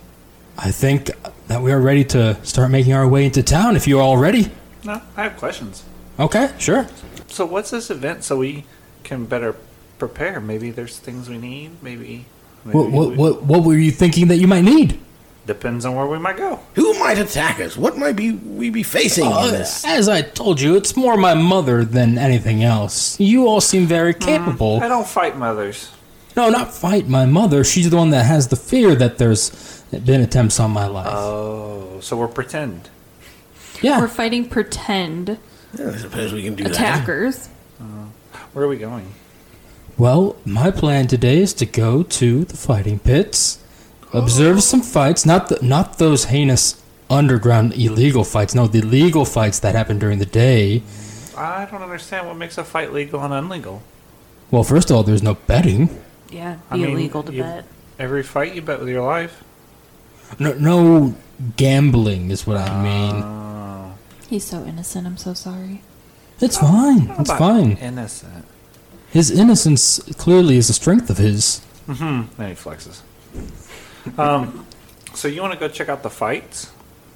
[SPEAKER 5] I think that we are ready to start making our way into town. If you are all ready,
[SPEAKER 2] No, I have questions.
[SPEAKER 5] okay, sure.
[SPEAKER 2] So, what's this event so we can better prepare? Maybe there's things we need. Maybe. maybe
[SPEAKER 5] What what
[SPEAKER 2] we-
[SPEAKER 5] what, what were you thinking that you might need?
[SPEAKER 2] Depends on where we might go.
[SPEAKER 4] Who might attack us? What might be we be facing in
[SPEAKER 5] Uh,
[SPEAKER 4] this?
[SPEAKER 5] as I told you, it's more my mother than anything else. You all seem very capable.
[SPEAKER 2] I don't fight mothers.
[SPEAKER 5] No, not fight my mother. She's the one that has the fear that there's been attempts on my life.
[SPEAKER 2] Oh, so we're pretend.
[SPEAKER 5] yeah.
[SPEAKER 3] We're fighting pretend
[SPEAKER 4] Yeah, I suppose we can do that.
[SPEAKER 3] attackers.
[SPEAKER 2] Where are we going?
[SPEAKER 5] Well, my plan today is to go to the fighting pits, observe some fights, not the, not those heinous underground illegal fights. No, the legal fights that happen during the day.
[SPEAKER 2] I don't understand what makes a fight legal and unlegal.
[SPEAKER 5] Well, first of all, there's no betting.
[SPEAKER 1] Yeah,
[SPEAKER 2] I
[SPEAKER 1] be
[SPEAKER 2] mean,
[SPEAKER 1] illegal to
[SPEAKER 2] you-
[SPEAKER 1] bet.
[SPEAKER 2] Every fight you bet with your life.
[SPEAKER 5] No, no gambling is what I mean.
[SPEAKER 2] Oh,
[SPEAKER 3] He's so innocent. I'm so sorry.
[SPEAKER 5] It's fine.
[SPEAKER 2] how
[SPEAKER 5] It's
[SPEAKER 2] about
[SPEAKER 5] fine.
[SPEAKER 2] Innocent.
[SPEAKER 5] His innocence clearly is a strength of his.
[SPEAKER 2] Mm-hmm. Then he flexes. Um, so you want to go check out the fights?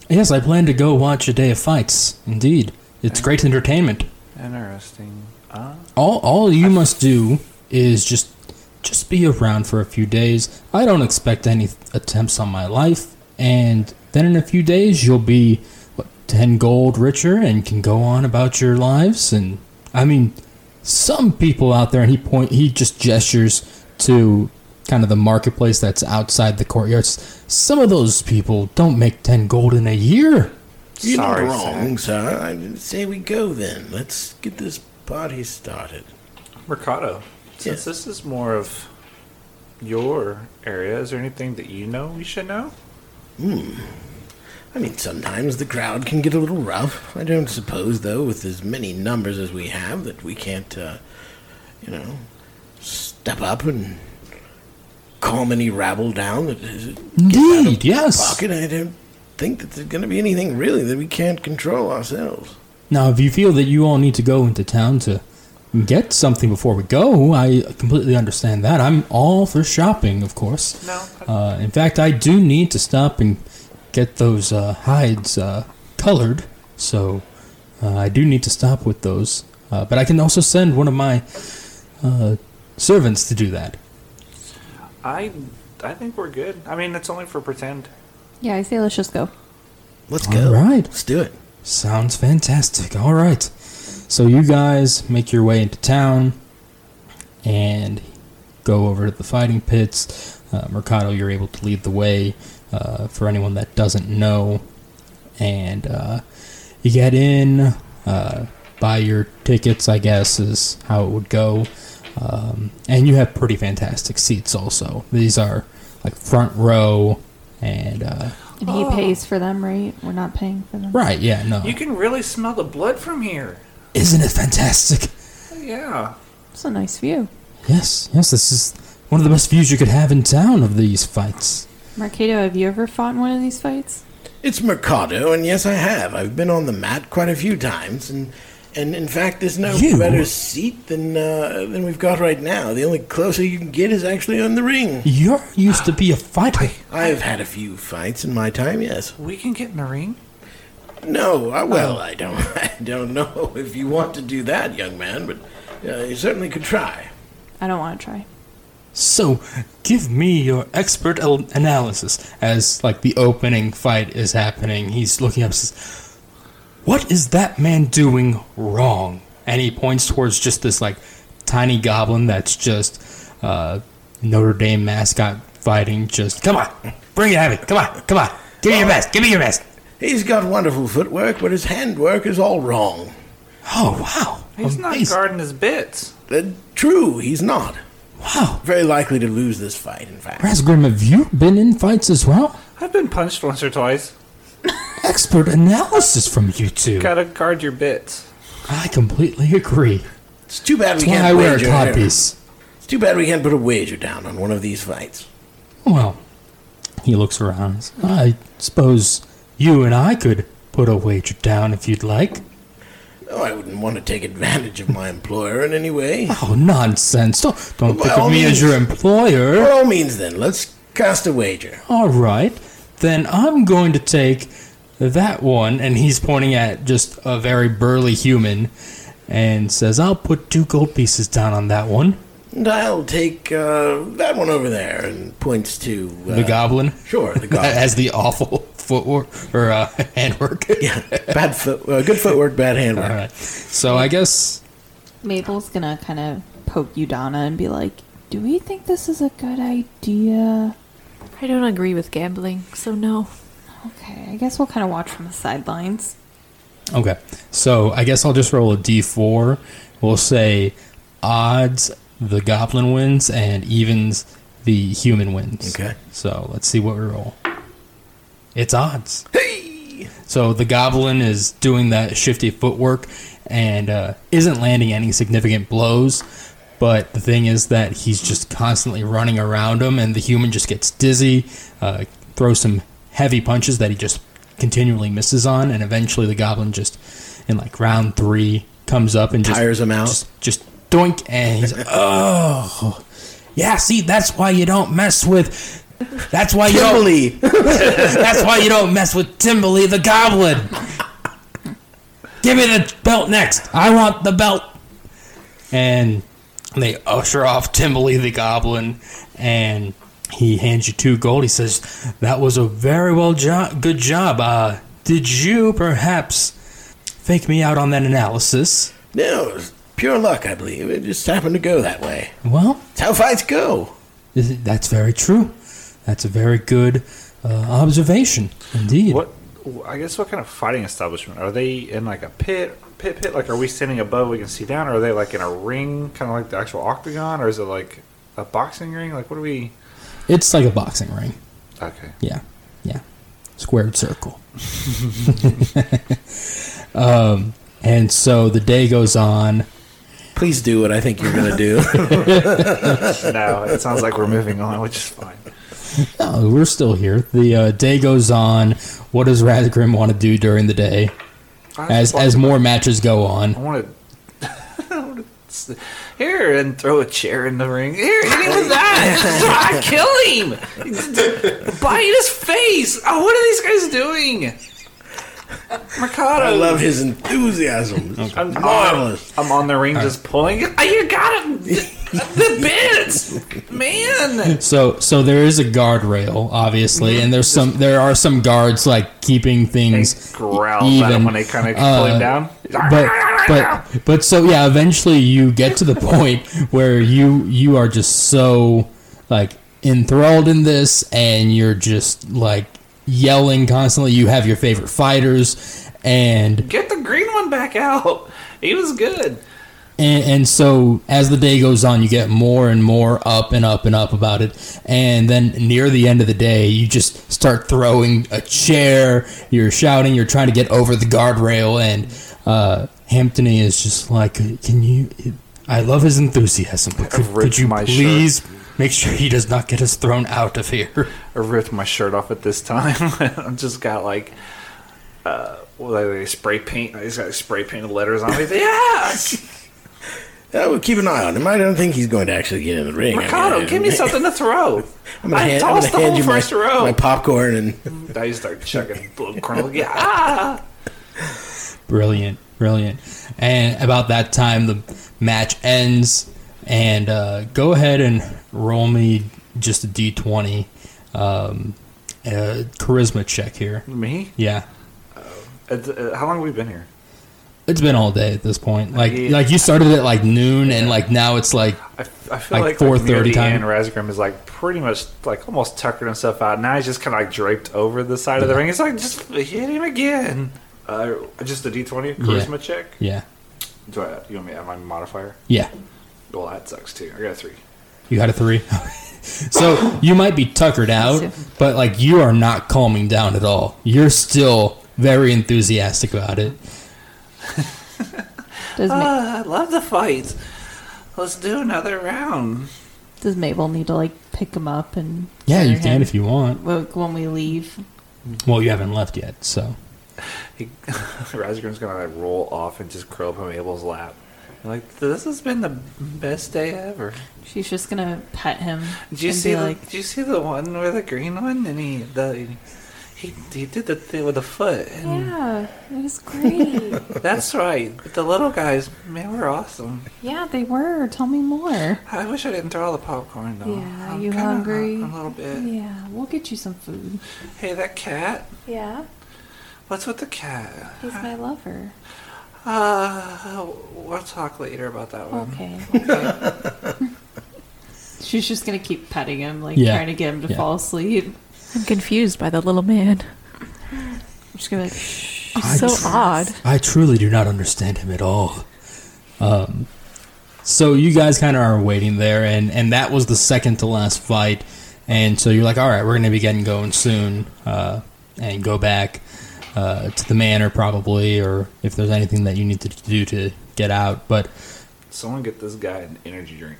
[SPEAKER 5] Yes, I plan to go watch a day of fights. Indeed, it's great entertainment.
[SPEAKER 2] Interesting. Uh,
[SPEAKER 5] All all you must do is just just be around for a few days. I don't expect any attempts on my life, and then in a few days you'll be what, ten gold richer and can go on about your lives. And I mean, some people out there, and he point he just gestures to kind of the marketplace that's outside the courtyards. Some of those people don't make ten gold in a year.
[SPEAKER 4] You're
[SPEAKER 2] sorry,
[SPEAKER 4] not wrong, sir. I say we go then. Let's get this party started.
[SPEAKER 2] Zach. Mercado.
[SPEAKER 4] Yes.
[SPEAKER 2] Since this is more of your area, is there anything that you know we should know?
[SPEAKER 4] I mean, sometimes the crowd can get a little rough. I don't suppose, though, with as many numbers as we have, that we can't, uh, you know, step up and calm any rabble down that is out of
[SPEAKER 5] Indeed, yes.
[SPEAKER 4] pocket. I don't think that there's going to be anything really that we can't control ourselves.
[SPEAKER 5] Now, if you feel that you all need to go into town to get something before we go, I completely understand that. I'm all for shopping, of course.
[SPEAKER 2] No.
[SPEAKER 5] Uh, in fact, I do need to stop and get those uh, hides uh, colored, so uh, I do need to stop with those. Uh, but I can also send one of my uh, servants to do that.
[SPEAKER 2] I I think we're good. I mean, it's only for pretend.
[SPEAKER 3] Yeah, I say let's just go.
[SPEAKER 4] Let's
[SPEAKER 5] All
[SPEAKER 4] go.
[SPEAKER 5] right.
[SPEAKER 4] Let's do it.
[SPEAKER 5] Sounds fantastic. All right. So you guys make your way into town and go over to the fighting pits. Uh, Mercado, you're able to lead the way uh, for anyone that doesn't know. And uh, you get in, uh, buy your tickets, I guess, is how it would go. Um, and you have pretty fantastic seats also. These are like front row and. Uh,
[SPEAKER 3] And he pays for them, right? We're not paying for them.
[SPEAKER 5] right, yeah, no.
[SPEAKER 2] You can really smell the blood from here.
[SPEAKER 5] Isn't it fantastic?
[SPEAKER 2] Oh, Yeah.
[SPEAKER 3] It's a nice view.
[SPEAKER 5] Yes, yes, this is one of the best views you could have in town of these fights.
[SPEAKER 3] Mercado, have you ever fought in one of these fights?
[SPEAKER 4] It's Mercado, and yes, I have. I've been on the mat quite a few times, and and in fact, there's no
[SPEAKER 5] You?
[SPEAKER 4] better seat than uh, than we've got right now. The only closer you can get is actually on the ring.
[SPEAKER 5] You're used to be a fighter.
[SPEAKER 4] I've had a few fights in my time. Yes.
[SPEAKER 2] We can get in the ring.
[SPEAKER 4] No. I,
[SPEAKER 5] Oh.
[SPEAKER 4] well, I don't. I don't know if you want to do that, young man, but uh, you certainly could try.
[SPEAKER 3] I don't want to try.
[SPEAKER 5] So, give me your expert al- analysis as like the opening fight is happening. He's looking up and says, "What is that man doing wrong?" And he points towards just this like tiny goblin that's just uh, Notre Dame mascot fighting. Just come on, bring it, have it. Come on, come on, give me your best, give me your best.
[SPEAKER 4] He's got wonderful footwork, but his handwork is all wrong.
[SPEAKER 5] Oh wow,
[SPEAKER 2] He's not
[SPEAKER 5] Amazing.
[SPEAKER 2] guarding his bits.
[SPEAKER 4] Uh, true, he's not.
[SPEAKER 5] Wow.
[SPEAKER 4] Very likely to lose this fight. In fact.
[SPEAKER 5] Rasgrim, have you been in fights as well?
[SPEAKER 2] I've been punched once or twice.
[SPEAKER 5] Expert analysis from you two.
[SPEAKER 2] Gotta guard your bits.
[SPEAKER 5] I completely agree.
[SPEAKER 4] It's too bad
[SPEAKER 5] That's
[SPEAKER 4] we
[SPEAKER 5] why
[SPEAKER 4] can't
[SPEAKER 5] I wear a
[SPEAKER 4] wager.
[SPEAKER 5] codpiece.
[SPEAKER 4] It's too bad we can't put a wager down on one of these fights.
[SPEAKER 5] Well, he looks around. I suppose you and I could put a wager down if you'd like.
[SPEAKER 4] Oh, I wouldn't want to take advantage of my employer in any way.
[SPEAKER 5] Oh, nonsense. Don't, don't
[SPEAKER 4] By
[SPEAKER 5] think
[SPEAKER 4] all
[SPEAKER 5] of me as your
[SPEAKER 4] means.
[SPEAKER 5] employer.
[SPEAKER 4] By all means, then, let's cast a wager.
[SPEAKER 5] All right, then I'm going to take that one, and he's pointing at just a very burly human, and says, "I'll put two gold pieces down on that one."
[SPEAKER 4] And I'll take uh, that one over there, and points to uh,
[SPEAKER 5] the goblin
[SPEAKER 4] Sure, the
[SPEAKER 5] that
[SPEAKER 4] goblin.
[SPEAKER 5] has the awful footwork or uh, handwork.
[SPEAKER 4] yeah, bad foot, uh, good footwork, bad
[SPEAKER 5] All
[SPEAKER 4] handwork.
[SPEAKER 5] right, so I guess
[SPEAKER 3] Mabel's gonna kind of poke Udana and be like, "Do we think this is a good idea?"
[SPEAKER 1] I don't agree with gambling, so no.
[SPEAKER 3] Okay, I guess we'll kind of watch from the sidelines.
[SPEAKER 5] okay. So I guess I'll just roll a d4. We'll say odds the goblin wins and evens the human wins.
[SPEAKER 4] Okay.
[SPEAKER 5] So let's see what we roll. It's odds. So the goblin is doing that shifty footwork and uh, isn't landing any significant blows. But the thing is that he's just constantly running around him, and the human just gets dizzy, uh, throws some heavy punches that he just continually misses on, and eventually the goblin just, in like round three, comes up and just
[SPEAKER 4] Tires him out.
[SPEAKER 5] Just, just doink, and he's oh, yeah. See, that's why you don't mess with. That's why you don't.
[SPEAKER 4] Kimberly,
[SPEAKER 5] That's why you don't mess with Timberly the Goblin. Give me the belt next. I want the belt. And they usher off Timberly the Goblin, and he hands you two gold. He says, "That was a very well job. Good job. Uh, did you perhaps fake me out on that analysis?"
[SPEAKER 4] no, it was pure luck, I believe. It just happened to go that way.
[SPEAKER 5] Well,
[SPEAKER 4] It's how fights go.
[SPEAKER 5] is it- that's very true. That's a very good uh, observation, indeed.
[SPEAKER 2] What? I guess what kind of fighting establishment are they in? Like a pit, pit, pit. Like, are we standing above? We can see down. Or are they like in a ring, kind of like the actual octagon, or is it like a boxing ring? Like, what are we?
[SPEAKER 5] It's like a boxing ring.
[SPEAKER 2] Okay.
[SPEAKER 5] Yeah, yeah. Squared circle. um, and so the day goes on.
[SPEAKER 4] Please do what I think you're going to do.
[SPEAKER 2] No, it sounds like we're moving on, which is fine.
[SPEAKER 5] No, Oh, we're still here. The uh, day goes on. What does Razgrim want to do during the day? As as more matches go
[SPEAKER 2] I
[SPEAKER 5] on,
[SPEAKER 2] want to. Here and throw a chair in the ring. Here, hit him with that. Ah, kill him. Bite his face. Oh, what are these guys doing? Mercado.
[SPEAKER 4] I love his enthusiasm.
[SPEAKER 2] I'm
[SPEAKER 4] Marvelous.
[SPEAKER 2] On, I'm on the
[SPEAKER 5] Uh,
[SPEAKER 2] ring just pulling it. Oh, you got it. the bits, man.
[SPEAKER 5] so so there is a guardrail, obviously,
[SPEAKER 2] Mm-hmm.
[SPEAKER 5] and there's some there are some guards like keeping
[SPEAKER 2] They
[SPEAKER 5] things
[SPEAKER 2] growl at
[SPEAKER 5] even.
[SPEAKER 2] him when they kind of
[SPEAKER 5] Uh,
[SPEAKER 2] pull him down.
[SPEAKER 5] but but but so yeah eventually you get to the point where you you are just so like enthralled in this and you're just like yelling constantly you have your favorite fighters and
[SPEAKER 2] Get the green one back out. He was good.
[SPEAKER 5] and, and so as the day goes on you get more and more up and up and up about it and then near the end of the day you just start throwing a chair you're shouting you're trying to get over the guardrail and uh, hamptony is just like can you i love his enthusiasm but could,
[SPEAKER 2] I've ripped
[SPEAKER 5] could you
[SPEAKER 2] my shirt.
[SPEAKER 5] please make sure he does not get us thrown out of here
[SPEAKER 2] I ripped my shirt off at this time. I just got like, uh, well, they spray paint. I just got spray painted letters on me. Yes,
[SPEAKER 4] I will keep an eye on him. I don't think he's going to actually get in the ring. I mean, I
[SPEAKER 2] Mercado,
[SPEAKER 4] mean,
[SPEAKER 2] give me something to throw.
[SPEAKER 4] I'm gonna
[SPEAKER 2] I
[SPEAKER 4] hand, I'm gonna
[SPEAKER 2] tossed the
[SPEAKER 4] hand
[SPEAKER 2] whole
[SPEAKER 4] you my,
[SPEAKER 2] first row.
[SPEAKER 4] my popcorn and
[SPEAKER 2] I just start chugging little kernel. Yeah, ah!
[SPEAKER 5] Brilliant, brilliant. And about that time, the match ends. And uh, go ahead and roll me just a d20 um, uh, charisma check here.
[SPEAKER 2] me.
[SPEAKER 5] Yeah,
[SPEAKER 2] Uh, uh, how long have we been here?
[SPEAKER 5] it's been all day at this point. Like,
[SPEAKER 2] Yeah.
[SPEAKER 5] like you started at like noon, and like now it's like
[SPEAKER 2] I, I feel
[SPEAKER 5] Like
[SPEAKER 2] like,
[SPEAKER 5] 4:30
[SPEAKER 2] near the
[SPEAKER 5] time?
[SPEAKER 2] end, Razgrim is like pretty much like almost tuckered himself out. Now he's just kind of like draped over the side of the ring. He's like, just hit him again. Uh, just a D twenty charisma check.
[SPEAKER 5] yeah,
[SPEAKER 2] Do I? You want me to add my modifier?
[SPEAKER 5] yeah.
[SPEAKER 2] Well, that sucks too. I got a three.
[SPEAKER 5] You had a three. so you might be tuckered out, but like you are not calming down at all. You're still very enthusiastic about it.
[SPEAKER 3] Does Ma-
[SPEAKER 2] Uh, I love the fight. Let's do another round.
[SPEAKER 3] Does Mabel need to like pick him up and
[SPEAKER 5] Yeah, you
[SPEAKER 3] carry
[SPEAKER 5] can
[SPEAKER 3] him
[SPEAKER 5] if you want.
[SPEAKER 3] w- when we leave.
[SPEAKER 5] Well, you haven't left yet, so
[SPEAKER 2] He, Razgrim's gonna like roll off and just curl up on Abel's lap. I'm like this has been the best day ever.
[SPEAKER 3] She's just gonna pet him.
[SPEAKER 2] Did you
[SPEAKER 3] and
[SPEAKER 2] see
[SPEAKER 3] be
[SPEAKER 2] the,
[SPEAKER 3] like
[SPEAKER 2] Did you see the one where the green one and he the he he did the thing with the foot. And
[SPEAKER 1] Yeah, it was great.
[SPEAKER 2] That's right. But the little guys, man, were awesome.
[SPEAKER 3] Yeah, they were. Tell me more.
[SPEAKER 2] I wish I didn't throw all the popcorn though.
[SPEAKER 3] Yeah, you
[SPEAKER 2] kinda hung-
[SPEAKER 3] hungry?
[SPEAKER 2] A little bit.
[SPEAKER 3] Yeah, we'll get you some food.
[SPEAKER 2] Hey, that cat.
[SPEAKER 1] yeah,
[SPEAKER 2] What's with the cat?
[SPEAKER 3] He's my lover.
[SPEAKER 2] Uh, we'll talk later about that one.
[SPEAKER 3] Okay. She's just gonna keep petting him, like
[SPEAKER 5] Yeah.
[SPEAKER 3] trying to get him to
[SPEAKER 5] Yeah.
[SPEAKER 3] fall asleep.
[SPEAKER 1] I'm confused by the little man.
[SPEAKER 3] I'm just gonna be like, shh.
[SPEAKER 5] I
[SPEAKER 1] He's so
[SPEAKER 5] just-
[SPEAKER 1] odd.
[SPEAKER 5] I truly do not understand him at all. Um, so you guys kind of are waiting there, and and that was the second to last fight, and so you're like, all right, we're gonna be getting going soon, uh, and go back uh, to the manor probably, or if there's anything that you need to do to get out, but.
[SPEAKER 2] Someone get this guy an energy drink.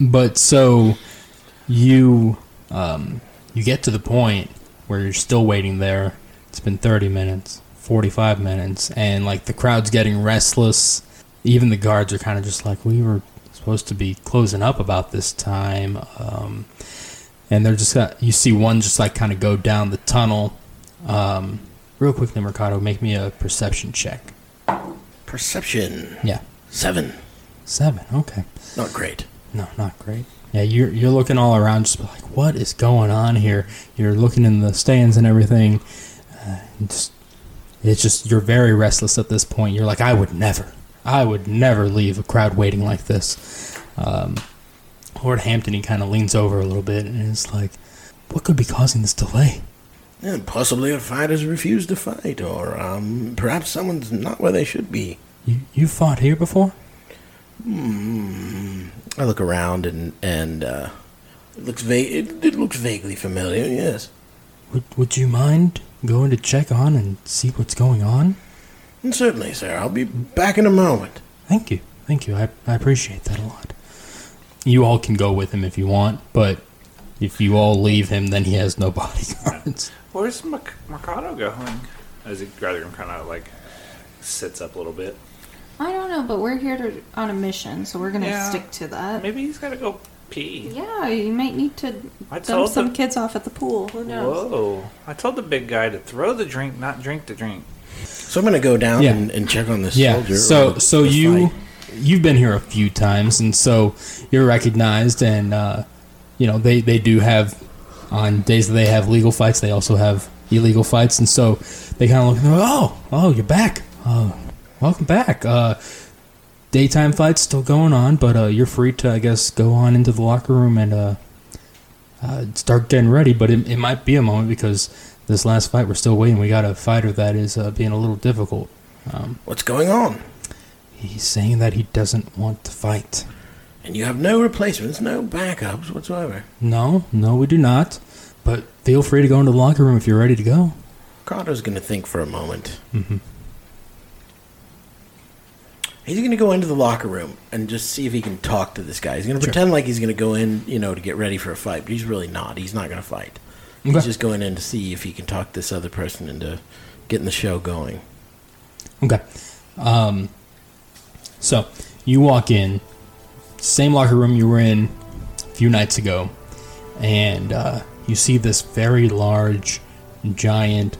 [SPEAKER 5] But so you um, you get to the point where you're still waiting there. It's been 30 minutes, 45 minutes, and like the crowd's getting restless. Even the guards are kind of just like, we were supposed to be closing up about this time. Um, and they're just got, you see one just like kind of go down the tunnel. Um, real quickly, Mercado, make me a perception check.
[SPEAKER 4] Perception.
[SPEAKER 5] Yeah,
[SPEAKER 4] Seven.
[SPEAKER 5] seven. Okay.
[SPEAKER 4] Not great.
[SPEAKER 5] No, not great. Yeah, you're you're looking all around, just like, what is going on here? You're looking in the stands and everything. Uh, and just, it's just you're very restless at this point. You're like, I would never, I would never leave a crowd waiting like this. Um, Lord Hampton, he kind of leans over a little bit and is like, what could be causing this delay?
[SPEAKER 4] And possibly a fighter's refused to fight, or um, perhaps someone's not where they should be.
[SPEAKER 5] You you fought here before?
[SPEAKER 4] Hmm. I look around and and uh, it looks vague. It, it looks vaguely familiar. Yes.
[SPEAKER 5] Would would you mind going to check on and see what's going on?
[SPEAKER 4] And certainly, sir. I'll be back in a moment.
[SPEAKER 5] Thank you. Thank you. I, I appreciate that a lot. You all can go with him if you want, but if you all leave him, then he has no bodyguards.
[SPEAKER 2] Where's Merc- Mercado going? As he Razgrim kind of like sits up a little bit.
[SPEAKER 3] I don't know, but we're here to, on a mission, so we're gonna
[SPEAKER 2] Yeah.
[SPEAKER 3] stick to that.
[SPEAKER 2] Maybe he's gotta go pee.
[SPEAKER 3] Yeah, you might need to
[SPEAKER 2] I
[SPEAKER 3] dump
[SPEAKER 2] told
[SPEAKER 3] some
[SPEAKER 2] them-
[SPEAKER 3] kids off at the pool. Who knows?
[SPEAKER 2] Whoa! I told the big guy to throw the drink, not drink the drink.
[SPEAKER 4] So I'm gonna go down
[SPEAKER 5] Yeah.
[SPEAKER 4] and, and check on this
[SPEAKER 5] yeah.
[SPEAKER 4] soldier.
[SPEAKER 5] So
[SPEAKER 4] or
[SPEAKER 5] so
[SPEAKER 4] the
[SPEAKER 5] you
[SPEAKER 4] fight.
[SPEAKER 5] you've been here a few times, and so you're recognized, and uh, you know they they do have on days that they have legal fights, they also have illegal fights, and so they kind of look, oh oh you're back, oh welcome back. Uh, daytime fights still going on, but uh, you're free to I guess go on into the locker room and. Uh, uh, start getting ready, but it, it might be a moment because this last fight we're still waiting. We got a fighter that is uh, being a little difficult. Um,
[SPEAKER 4] What's going on?
[SPEAKER 5] He's saying that he doesn't want to fight.
[SPEAKER 4] And you have no replacements, no backups whatsoever.
[SPEAKER 5] No, no, we do not. But feel free to go into the locker room if you're ready to go.
[SPEAKER 4] Carter's gonna think for a moment.
[SPEAKER 5] Mhm.
[SPEAKER 4] He's gonna go into the locker room and just see if he can talk to this guy. He's gonna
[SPEAKER 5] Sure.
[SPEAKER 4] pretend like he's gonna go in, you know, to get ready for a fight, but he's really not. He's not gonna fight. He's
[SPEAKER 5] Okay.
[SPEAKER 4] just going in to see if he can talk this other person into getting the show going.
[SPEAKER 5] Okay. Um, so you walk in, same locker room you were in a few nights ago, and uh, you see this very large, giant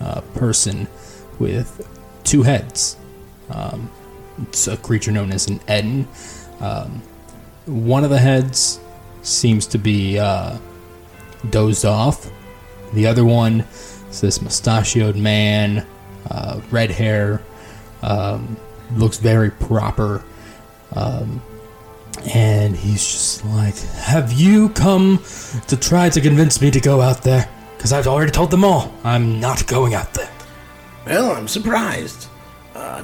[SPEAKER 5] uh, person with two heads. Um, it's a creature known as an Eden. Um, one of the heads seems to be uh, dozed off. The other one is this mustachioed man, uh, red hair, um, looks very proper. Um, and he's just like, Have you come to try to convince me to go out there? Because I've already told them all I'm not going out there.
[SPEAKER 4] Well, I'm surprised. Uh,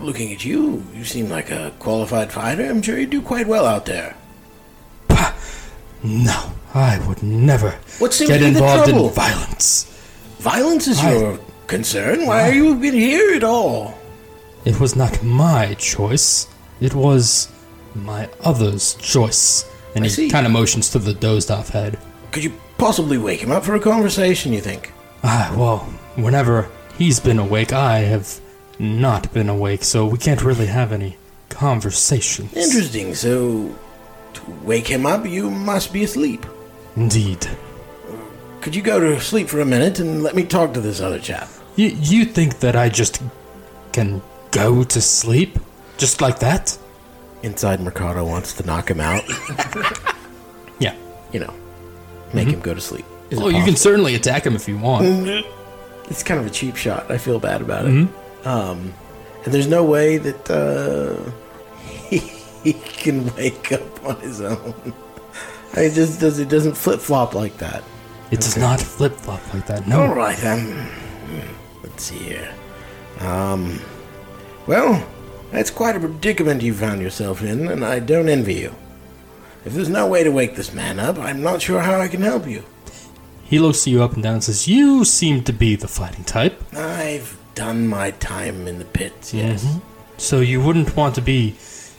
[SPEAKER 4] looking at you, you seem like a qualified fighter. I'm sure you do quite well out there.
[SPEAKER 5] Pah! No, I would never
[SPEAKER 4] What seems
[SPEAKER 5] get
[SPEAKER 4] to be the
[SPEAKER 5] involved in
[SPEAKER 4] trouble?
[SPEAKER 5] violence.
[SPEAKER 4] Violence is
[SPEAKER 5] I-
[SPEAKER 4] your concern. Why are you even here at all?
[SPEAKER 5] It was not my choice, it was my other's choice. And
[SPEAKER 4] I
[SPEAKER 5] he
[SPEAKER 4] see.
[SPEAKER 5] kind of motions to the dozed off head.
[SPEAKER 4] Could you possibly wake him up for a conversation, you think?
[SPEAKER 5] Ah, well, whenever he's been awake, I have not been awake, so we can't really have any conversations.
[SPEAKER 4] Interesting. So, to wake him up, you must be asleep.
[SPEAKER 5] Indeed.
[SPEAKER 4] Could you go to sleep for a minute and let me talk to this other chap?
[SPEAKER 5] You, you think that I just can go to sleep? Just like that?
[SPEAKER 4] Inside Mercado wants to knock him out.
[SPEAKER 5] Yeah.
[SPEAKER 4] You know, make him go to sleep. Is it
[SPEAKER 5] Mm-hmm. Oh, you can
[SPEAKER 4] possible? Mm.
[SPEAKER 5] certainly attack him if you want.
[SPEAKER 4] It's kind of a cheap shot. I feel bad about it.
[SPEAKER 5] Mm-hmm.
[SPEAKER 4] Um, and there's no way that uh, he can wake up on his own. It just does. It doesn't flip flop like that.
[SPEAKER 5] It does not flip flop like that.
[SPEAKER 4] All
[SPEAKER 5] No.
[SPEAKER 4] right then. Let's see here. Um, well, that's quite a predicament you found yourself in, and I don't envy you. If there's no way to wake this man up, I'm not sure how I can help you.
[SPEAKER 5] He looks you up and down and says, You seem to be the fighting type.
[SPEAKER 4] I've done my time in the pits. Yes.
[SPEAKER 5] Mhm. So you wouldn't want to be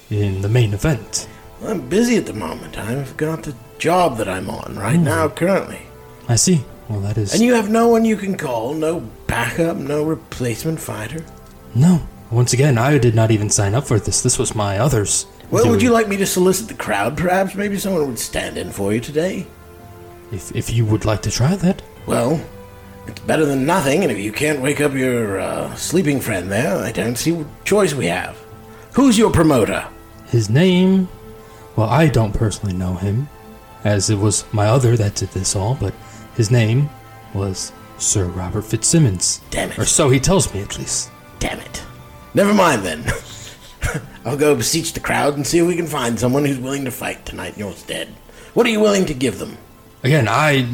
[SPEAKER 5] in the main event.
[SPEAKER 4] I'm busy at the moment. I've got the job that I'm on right now, currently.
[SPEAKER 5] I see. Well, that is.
[SPEAKER 4] And you have no one you can call, no backup, no replacement fighter.
[SPEAKER 5] No. Once again, I did not even sign up for this. This was my others.
[SPEAKER 4] Well, would
[SPEAKER 5] doing.
[SPEAKER 4] you like me to solicit the crowd, perhaps? Maybe someone would stand in for you today?
[SPEAKER 5] If, if you would like to try that.
[SPEAKER 4] Well, it's better than nothing, and if you can't wake up your uh, sleeping friend there, I don't see what choice we have. Who's your promoter?
[SPEAKER 5] His name. Well, I don't personally know him, as it was my other that did this all, but his name was Sir Robert Fitzsimmons.
[SPEAKER 4] Damn it.
[SPEAKER 5] Or so he tells me, at least.
[SPEAKER 4] Damn it. Never mind then. I'll go beseech the crowd and see if we can find someone who's willing to fight tonight in your stead. What are you willing to give them?
[SPEAKER 5] Again, I.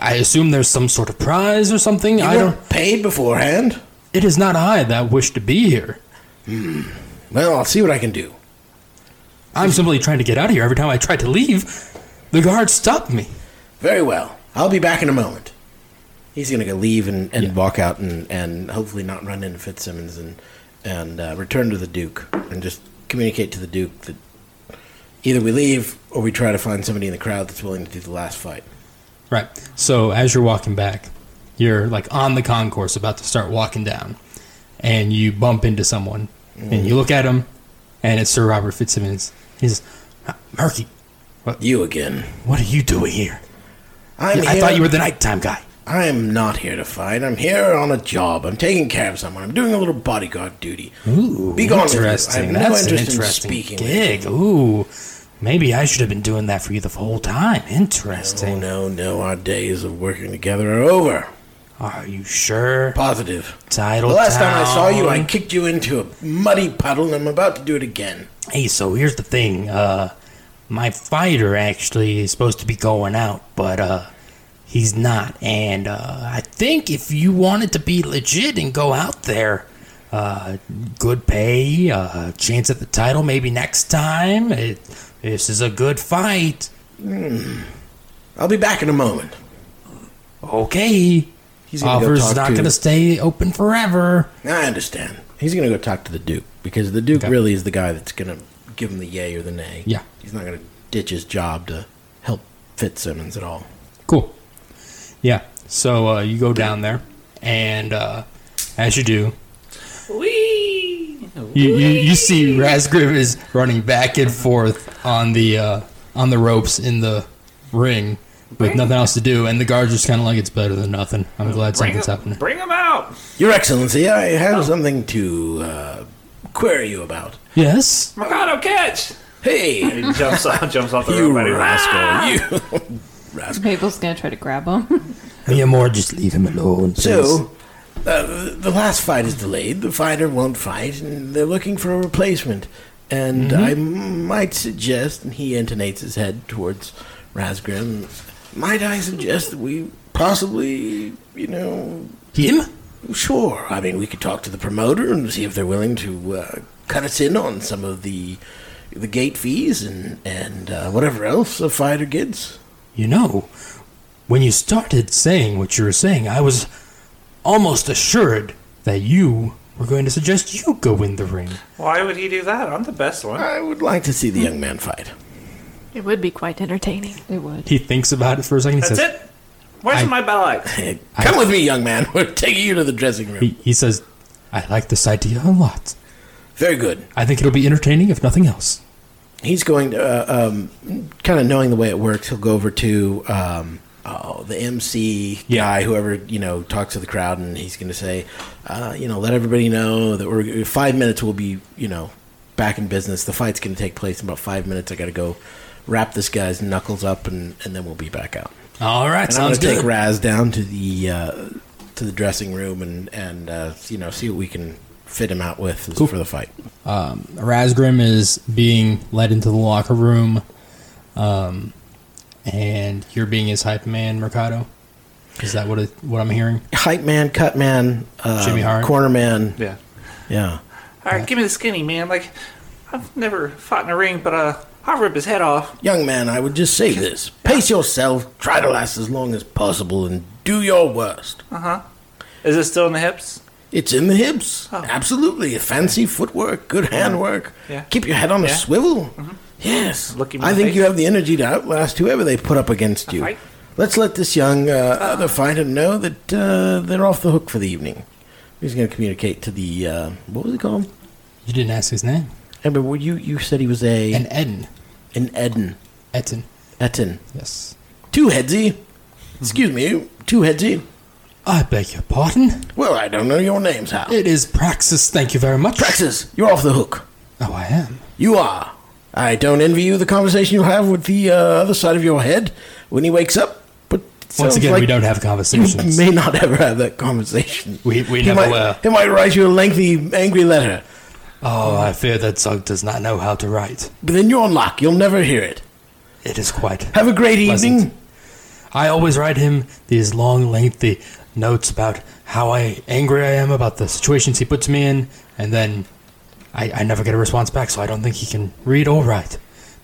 [SPEAKER 5] I assume there's some sort of prize or something.
[SPEAKER 4] You
[SPEAKER 5] I
[SPEAKER 4] weren't
[SPEAKER 5] don't.
[SPEAKER 4] paid beforehand.
[SPEAKER 5] It is not I that wish to be here.
[SPEAKER 4] Well, I'll see what I can do.
[SPEAKER 5] I'm simply trying to get out of here. Every time I tried to leave, the guard stopped me.
[SPEAKER 4] Very well. I'll be back in a moment. He's gonna go leave and, and walk out and, and hopefully not run into Fitzsimmons and and uh, return to the Duke and just communicate to the Duke that either we leave or we try to find somebody in the crowd that's willing to do the last fight.
[SPEAKER 5] Right. So as you're walking back, you're like on the concourse about to start walking down, and you bump into someone, and you look at him, and it's Sir Robert Fitzsimmons. He says, "Ah, "Murky,
[SPEAKER 4] You again.
[SPEAKER 5] what are you doing here?
[SPEAKER 4] I'm
[SPEAKER 5] I
[SPEAKER 4] here-
[SPEAKER 5] thought you were the nighttime guy."
[SPEAKER 4] I am not here to fight. I'm here on a job. I'm taking care of someone. I'm doing a little bodyguard duty.
[SPEAKER 5] Ooh,
[SPEAKER 4] Be gone with you. I have
[SPEAKER 5] interesting.
[SPEAKER 4] no
[SPEAKER 5] That's an
[SPEAKER 4] interest in
[SPEAKER 5] interesting
[SPEAKER 4] speaking with
[SPEAKER 5] gig. Ooh, maybe I should have been doing that for you the whole time.
[SPEAKER 4] Oh
[SPEAKER 5] Interesting.
[SPEAKER 4] no, no, our days of working together are over.
[SPEAKER 5] Are you sure?
[SPEAKER 4] Positive.
[SPEAKER 5] Title.
[SPEAKER 4] The last time I saw you, I
[SPEAKER 5] Town.
[SPEAKER 4] kicked you into a muddy puddle, and I'm about to do it again.
[SPEAKER 5] Hey, so here's the thing. Uh, my fighter actually is supposed to be going out, but uh, he's not. And uh, I think if you wanted to be legit and go out there, uh, good pay, uh, chance at the title maybe next time. It, this is a good fight.
[SPEAKER 4] I'll be back in a moment.
[SPEAKER 5] Okay.
[SPEAKER 4] He's
[SPEAKER 5] Offers is not going to stay open forever.
[SPEAKER 4] I understand. He's gonna go talk to the Duke because the Duke
[SPEAKER 5] Okay.
[SPEAKER 4] really is the guy that's gonna give him the yay or the nay.
[SPEAKER 5] Yeah.
[SPEAKER 4] He's not gonna ditch his job to help Fitzsimmons at all.
[SPEAKER 5] Cool. Yeah. So uh, you go down there, and uh, as you do, You, you, you see Razgrim is running back and forth on the uh, on the ropes in the ring with nothing else to do, and the guards just kind of like it's better than nothing. I'm
[SPEAKER 2] Bring
[SPEAKER 5] glad something's
[SPEAKER 2] him-
[SPEAKER 5] happening.
[SPEAKER 2] Bring him out.
[SPEAKER 4] Your Excellency, I have
[SPEAKER 5] Oh.
[SPEAKER 4] something to uh, query you about.
[SPEAKER 5] Yes,
[SPEAKER 2] Mercado, catch.
[SPEAKER 4] Hey,
[SPEAKER 2] He jumps off, jumps off the
[SPEAKER 4] you
[SPEAKER 2] rope. and he- Ah!
[SPEAKER 4] rascal! You.
[SPEAKER 3] Mabel's gonna try to grab him.
[SPEAKER 5] yeah, more just leave him alone.
[SPEAKER 4] So, uh, the- the last fight is delayed. The fighter won't fight, and they're looking for a replacement. And I m- might suggest, and he intonates his head towards Razgrim, might I suggest that we possibly, you know,
[SPEAKER 5] him?
[SPEAKER 4] sure. I mean, we could talk to the promoter and see if they're willing to uh, cut us in on some of the the gate fees and and uh, whatever else a fighter gets.
[SPEAKER 5] You know, when you started saying what you were saying, I was almost assured that you were going to suggest you go in the ring.
[SPEAKER 2] Why would he do that? I'm the best one.
[SPEAKER 4] I would like to see the young man fight.
[SPEAKER 1] It would be quite entertaining.
[SPEAKER 3] It would.
[SPEAKER 5] He thinks about it for a second. He
[SPEAKER 2] That's
[SPEAKER 5] says,
[SPEAKER 2] it. Where's
[SPEAKER 5] I-
[SPEAKER 2] my ballot?
[SPEAKER 4] Come with me, young man. We're taking you to the dressing room.
[SPEAKER 5] He, he says, I like this idea a lot.
[SPEAKER 4] Very good.
[SPEAKER 5] I think it'll be entertaining if nothing else.
[SPEAKER 4] He's going to, uh, um, kind of knowing the way it works, he'll go over to um, oh, the MC
[SPEAKER 5] Yeah.
[SPEAKER 4] guy, whoever, you know, talks to the crowd, and he's going to say, uh, you know, let everybody know that we're five minutes will be, you know, back in business. The fight's going to take place in about five minutes. I got to go wrap this guy's knuckles up, and, and then we'll be back out.
[SPEAKER 5] All right,
[SPEAKER 4] And
[SPEAKER 5] sounds
[SPEAKER 4] I'm gonna
[SPEAKER 5] good.
[SPEAKER 4] take Raz down to the uh, to the dressing room and and uh, you know see what we can fit him out with
[SPEAKER 5] Cool.
[SPEAKER 4] for the fight.
[SPEAKER 5] Razgrim is being led into the locker room, um, and you're being his hype man, Mercado. Is that what it, what I'm hearing?
[SPEAKER 4] Hype man, cut man, uh,
[SPEAKER 5] Jimmy Hart.
[SPEAKER 4] corner man.
[SPEAKER 2] Yeah.
[SPEAKER 4] Yeah,
[SPEAKER 2] All right, give me the skinny man. Like, I've never fought in a ring, but uh, I'll rip his head off.
[SPEAKER 4] young man, I would just say this: pace yourself, try to last as long as possible, and do your worst.
[SPEAKER 2] Uh huh. Is it still in the hips?
[SPEAKER 4] It's in the hips,
[SPEAKER 2] Oh.
[SPEAKER 4] absolutely. Fancy footwork, good handwork.
[SPEAKER 2] Yeah.
[SPEAKER 4] Keep your head on a
[SPEAKER 2] Yeah. Mm-hmm.
[SPEAKER 4] swivel. Yes,
[SPEAKER 2] Look him in
[SPEAKER 4] I
[SPEAKER 2] the
[SPEAKER 4] think
[SPEAKER 2] face.
[SPEAKER 4] you have the energy to outlast whoever they put up against you.
[SPEAKER 2] fight? Uh-huh.
[SPEAKER 4] Let's let this young uh, other fighter know that uh, they're off the hook for the evening. He's going to communicate to the uh, what was he called?
[SPEAKER 5] You didn't ask his name.
[SPEAKER 4] Amber, were you you said he was a
[SPEAKER 5] And
[SPEAKER 4] an,
[SPEAKER 5] Eden,
[SPEAKER 4] Eden
[SPEAKER 5] Etten,
[SPEAKER 4] Etten
[SPEAKER 5] yes.
[SPEAKER 4] two headsy. Excuse me, two headsy.
[SPEAKER 5] I beg your pardon.
[SPEAKER 4] Well, I don't know your names, how
[SPEAKER 5] It is Praxis. Thank you very much.
[SPEAKER 4] Praxis, you're off the hook.
[SPEAKER 5] Oh, I am.
[SPEAKER 4] You are. I don't envy you the conversation you'll have with the uh, other side of your head when he wakes up. But it
[SPEAKER 5] Once
[SPEAKER 4] sounds
[SPEAKER 5] again,
[SPEAKER 4] like
[SPEAKER 5] we don't have
[SPEAKER 4] You
[SPEAKER 5] conversations.
[SPEAKER 4] may not ever have that conversation.
[SPEAKER 5] We- we
[SPEAKER 4] he
[SPEAKER 5] never
[SPEAKER 4] might,
[SPEAKER 5] will.
[SPEAKER 4] He might write you a lengthy, angry letter,
[SPEAKER 5] oh, I fear that Zug does not know how to write.
[SPEAKER 4] but then you're on lock. You'll never hear it.
[SPEAKER 5] It is quite.
[SPEAKER 4] Have a great
[SPEAKER 5] Pleasant.
[SPEAKER 4] evening.
[SPEAKER 5] I always write him these long, lengthy notes about how I angry I am about the situations he puts me in, and then I, I never get a response back, so I don't think he can read or write.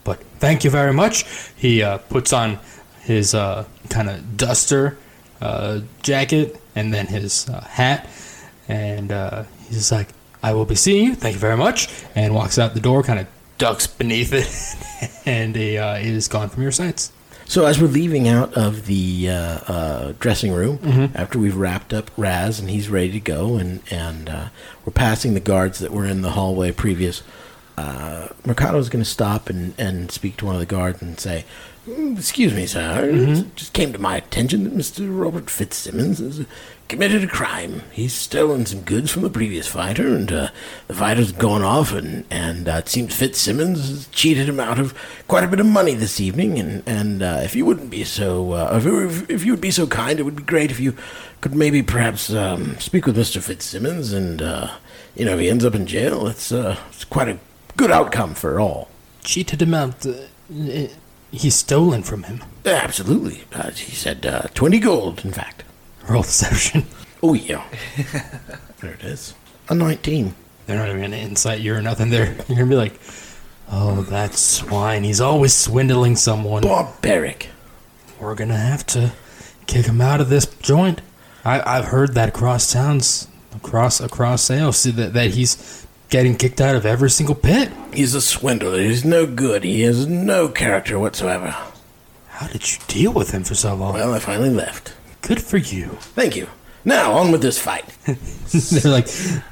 [SPEAKER 5] But thank you very much. He uh, puts on his uh, kind of duster uh, jacket and then his uh, hat, and uh, he's just like, "I will be seeing you. Thank you very much," and walks out the door, kind of ducks beneath it, and he uh, is gone from your sights.
[SPEAKER 4] So as we're leaving out of the uh, uh, dressing room, after we've wrapped up Raz and he's ready to go, and and uh, we're passing the guards that were in the hallway previous. Uh, Mercado's going to stop and, and speak to one of the guards and say, "Mm, "Excuse me, sir. It just came to my attention that Mister Robert Fitzsimmons has committed a crime. He's stolen some goods from the previous fighter, and uh, the fighter's gone off, and and uh, it seems Fitzsimmons has cheated him out of quite a bit of money this evening. And and uh, if you wouldn't be so, uh, if, you- if if you would be so kind, it would be great if you could maybe perhaps um, speak with Mister Fitzsimmons, and uh, you know if he ends up in jail, it's uh, it's quite a good outcome for all.
[SPEAKER 5] cheated him out. Uh, uh, he's stolen from him.
[SPEAKER 4] Absolutely, uh, he said uh, twenty gold, in fact.
[SPEAKER 5] Roll deception.
[SPEAKER 4] Oh yeah, there it is. A nineteen.
[SPEAKER 5] They're not even gonna incite you or nothing. They're you're gonna be like, oh, that swine. He's always swindling someone.
[SPEAKER 4] Barbaric.
[SPEAKER 5] We're gonna have to kick him out of this joint. I, I've heard that across towns, across across sales, see that that he's getting kicked out of every single pit.
[SPEAKER 4] He's a swindler. He's no good. He has no character whatsoever.
[SPEAKER 5] How did you deal with him for so long?
[SPEAKER 4] Well, I finally left.
[SPEAKER 5] Good for you.
[SPEAKER 4] Thank you. Now, on with this fight.
[SPEAKER 5] they're like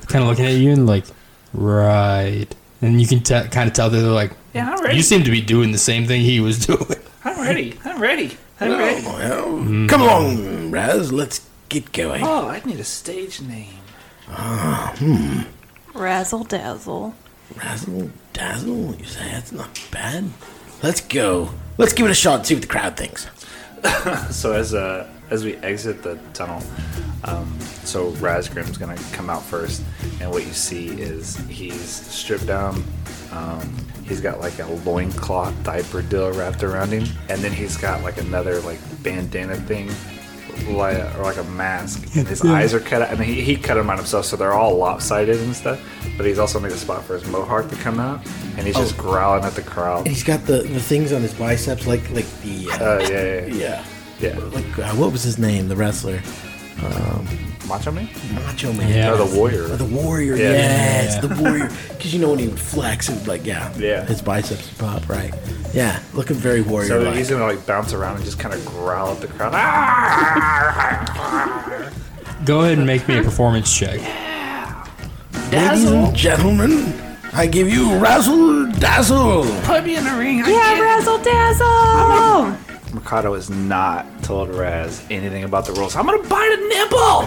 [SPEAKER 5] kind of looking at you and like right and you can te- kind of tell that they're like
[SPEAKER 2] Yeah, I'm ready.
[SPEAKER 5] you seem to be doing the same thing he was doing
[SPEAKER 2] I'm ready. I'm ready. I'm
[SPEAKER 4] Oh,
[SPEAKER 2] ready.
[SPEAKER 4] well, Come along, Raz. Let's get going.
[SPEAKER 2] Oh, I need a stage name.
[SPEAKER 1] Razzle dazzle.
[SPEAKER 4] Razzle, dazzle, you say? That's not bad. Let's go. Let's give it a shot and see what the crowd thinks.
[SPEAKER 2] So as uh, as we exit the tunnel, um, so Razgrim's gonna come out first, and what you see is he's stripped down. Um, he's got like a loincloth diaper deal wrapped around him, and then he's got like another like bandana thing, like or like a mask, and his eyes are cut out. And he, he cut them out himself, so they're all lopsided and stuff. But he's also made a spot for his mohawk to come out, and he's just growling at the crowd.
[SPEAKER 4] And he's got the, the things on his biceps, like like the. Uh,
[SPEAKER 2] Uh, yeah, yeah, yeah.
[SPEAKER 4] yeah.
[SPEAKER 2] yeah.
[SPEAKER 4] Like, uh, what was his name? The wrestler.
[SPEAKER 6] Macho Man?
[SPEAKER 4] Macho Man.
[SPEAKER 5] Yeah.
[SPEAKER 6] Or the Warrior.
[SPEAKER 4] Or the warrior,
[SPEAKER 6] Yeah.
[SPEAKER 4] yes,
[SPEAKER 5] Yeah.
[SPEAKER 4] the warrior. Because you know when he would flex, it would like yeah,
[SPEAKER 6] Yeah.
[SPEAKER 4] his biceps would pop right. Yeah, looking very warrior.
[SPEAKER 6] So he's gonna like bounce around and just kind of growl at the crowd. Ah!
[SPEAKER 5] Go ahead and make me a performance check.
[SPEAKER 4] Ladies and gentlemen, I give you razzle dazzle.
[SPEAKER 6] Put me in the ring. I
[SPEAKER 3] Yeah,
[SPEAKER 6] can't-
[SPEAKER 3] razzle dazzle!
[SPEAKER 6] Mikado has not told Raz anything about the rules. I'm gonna bite a nipple.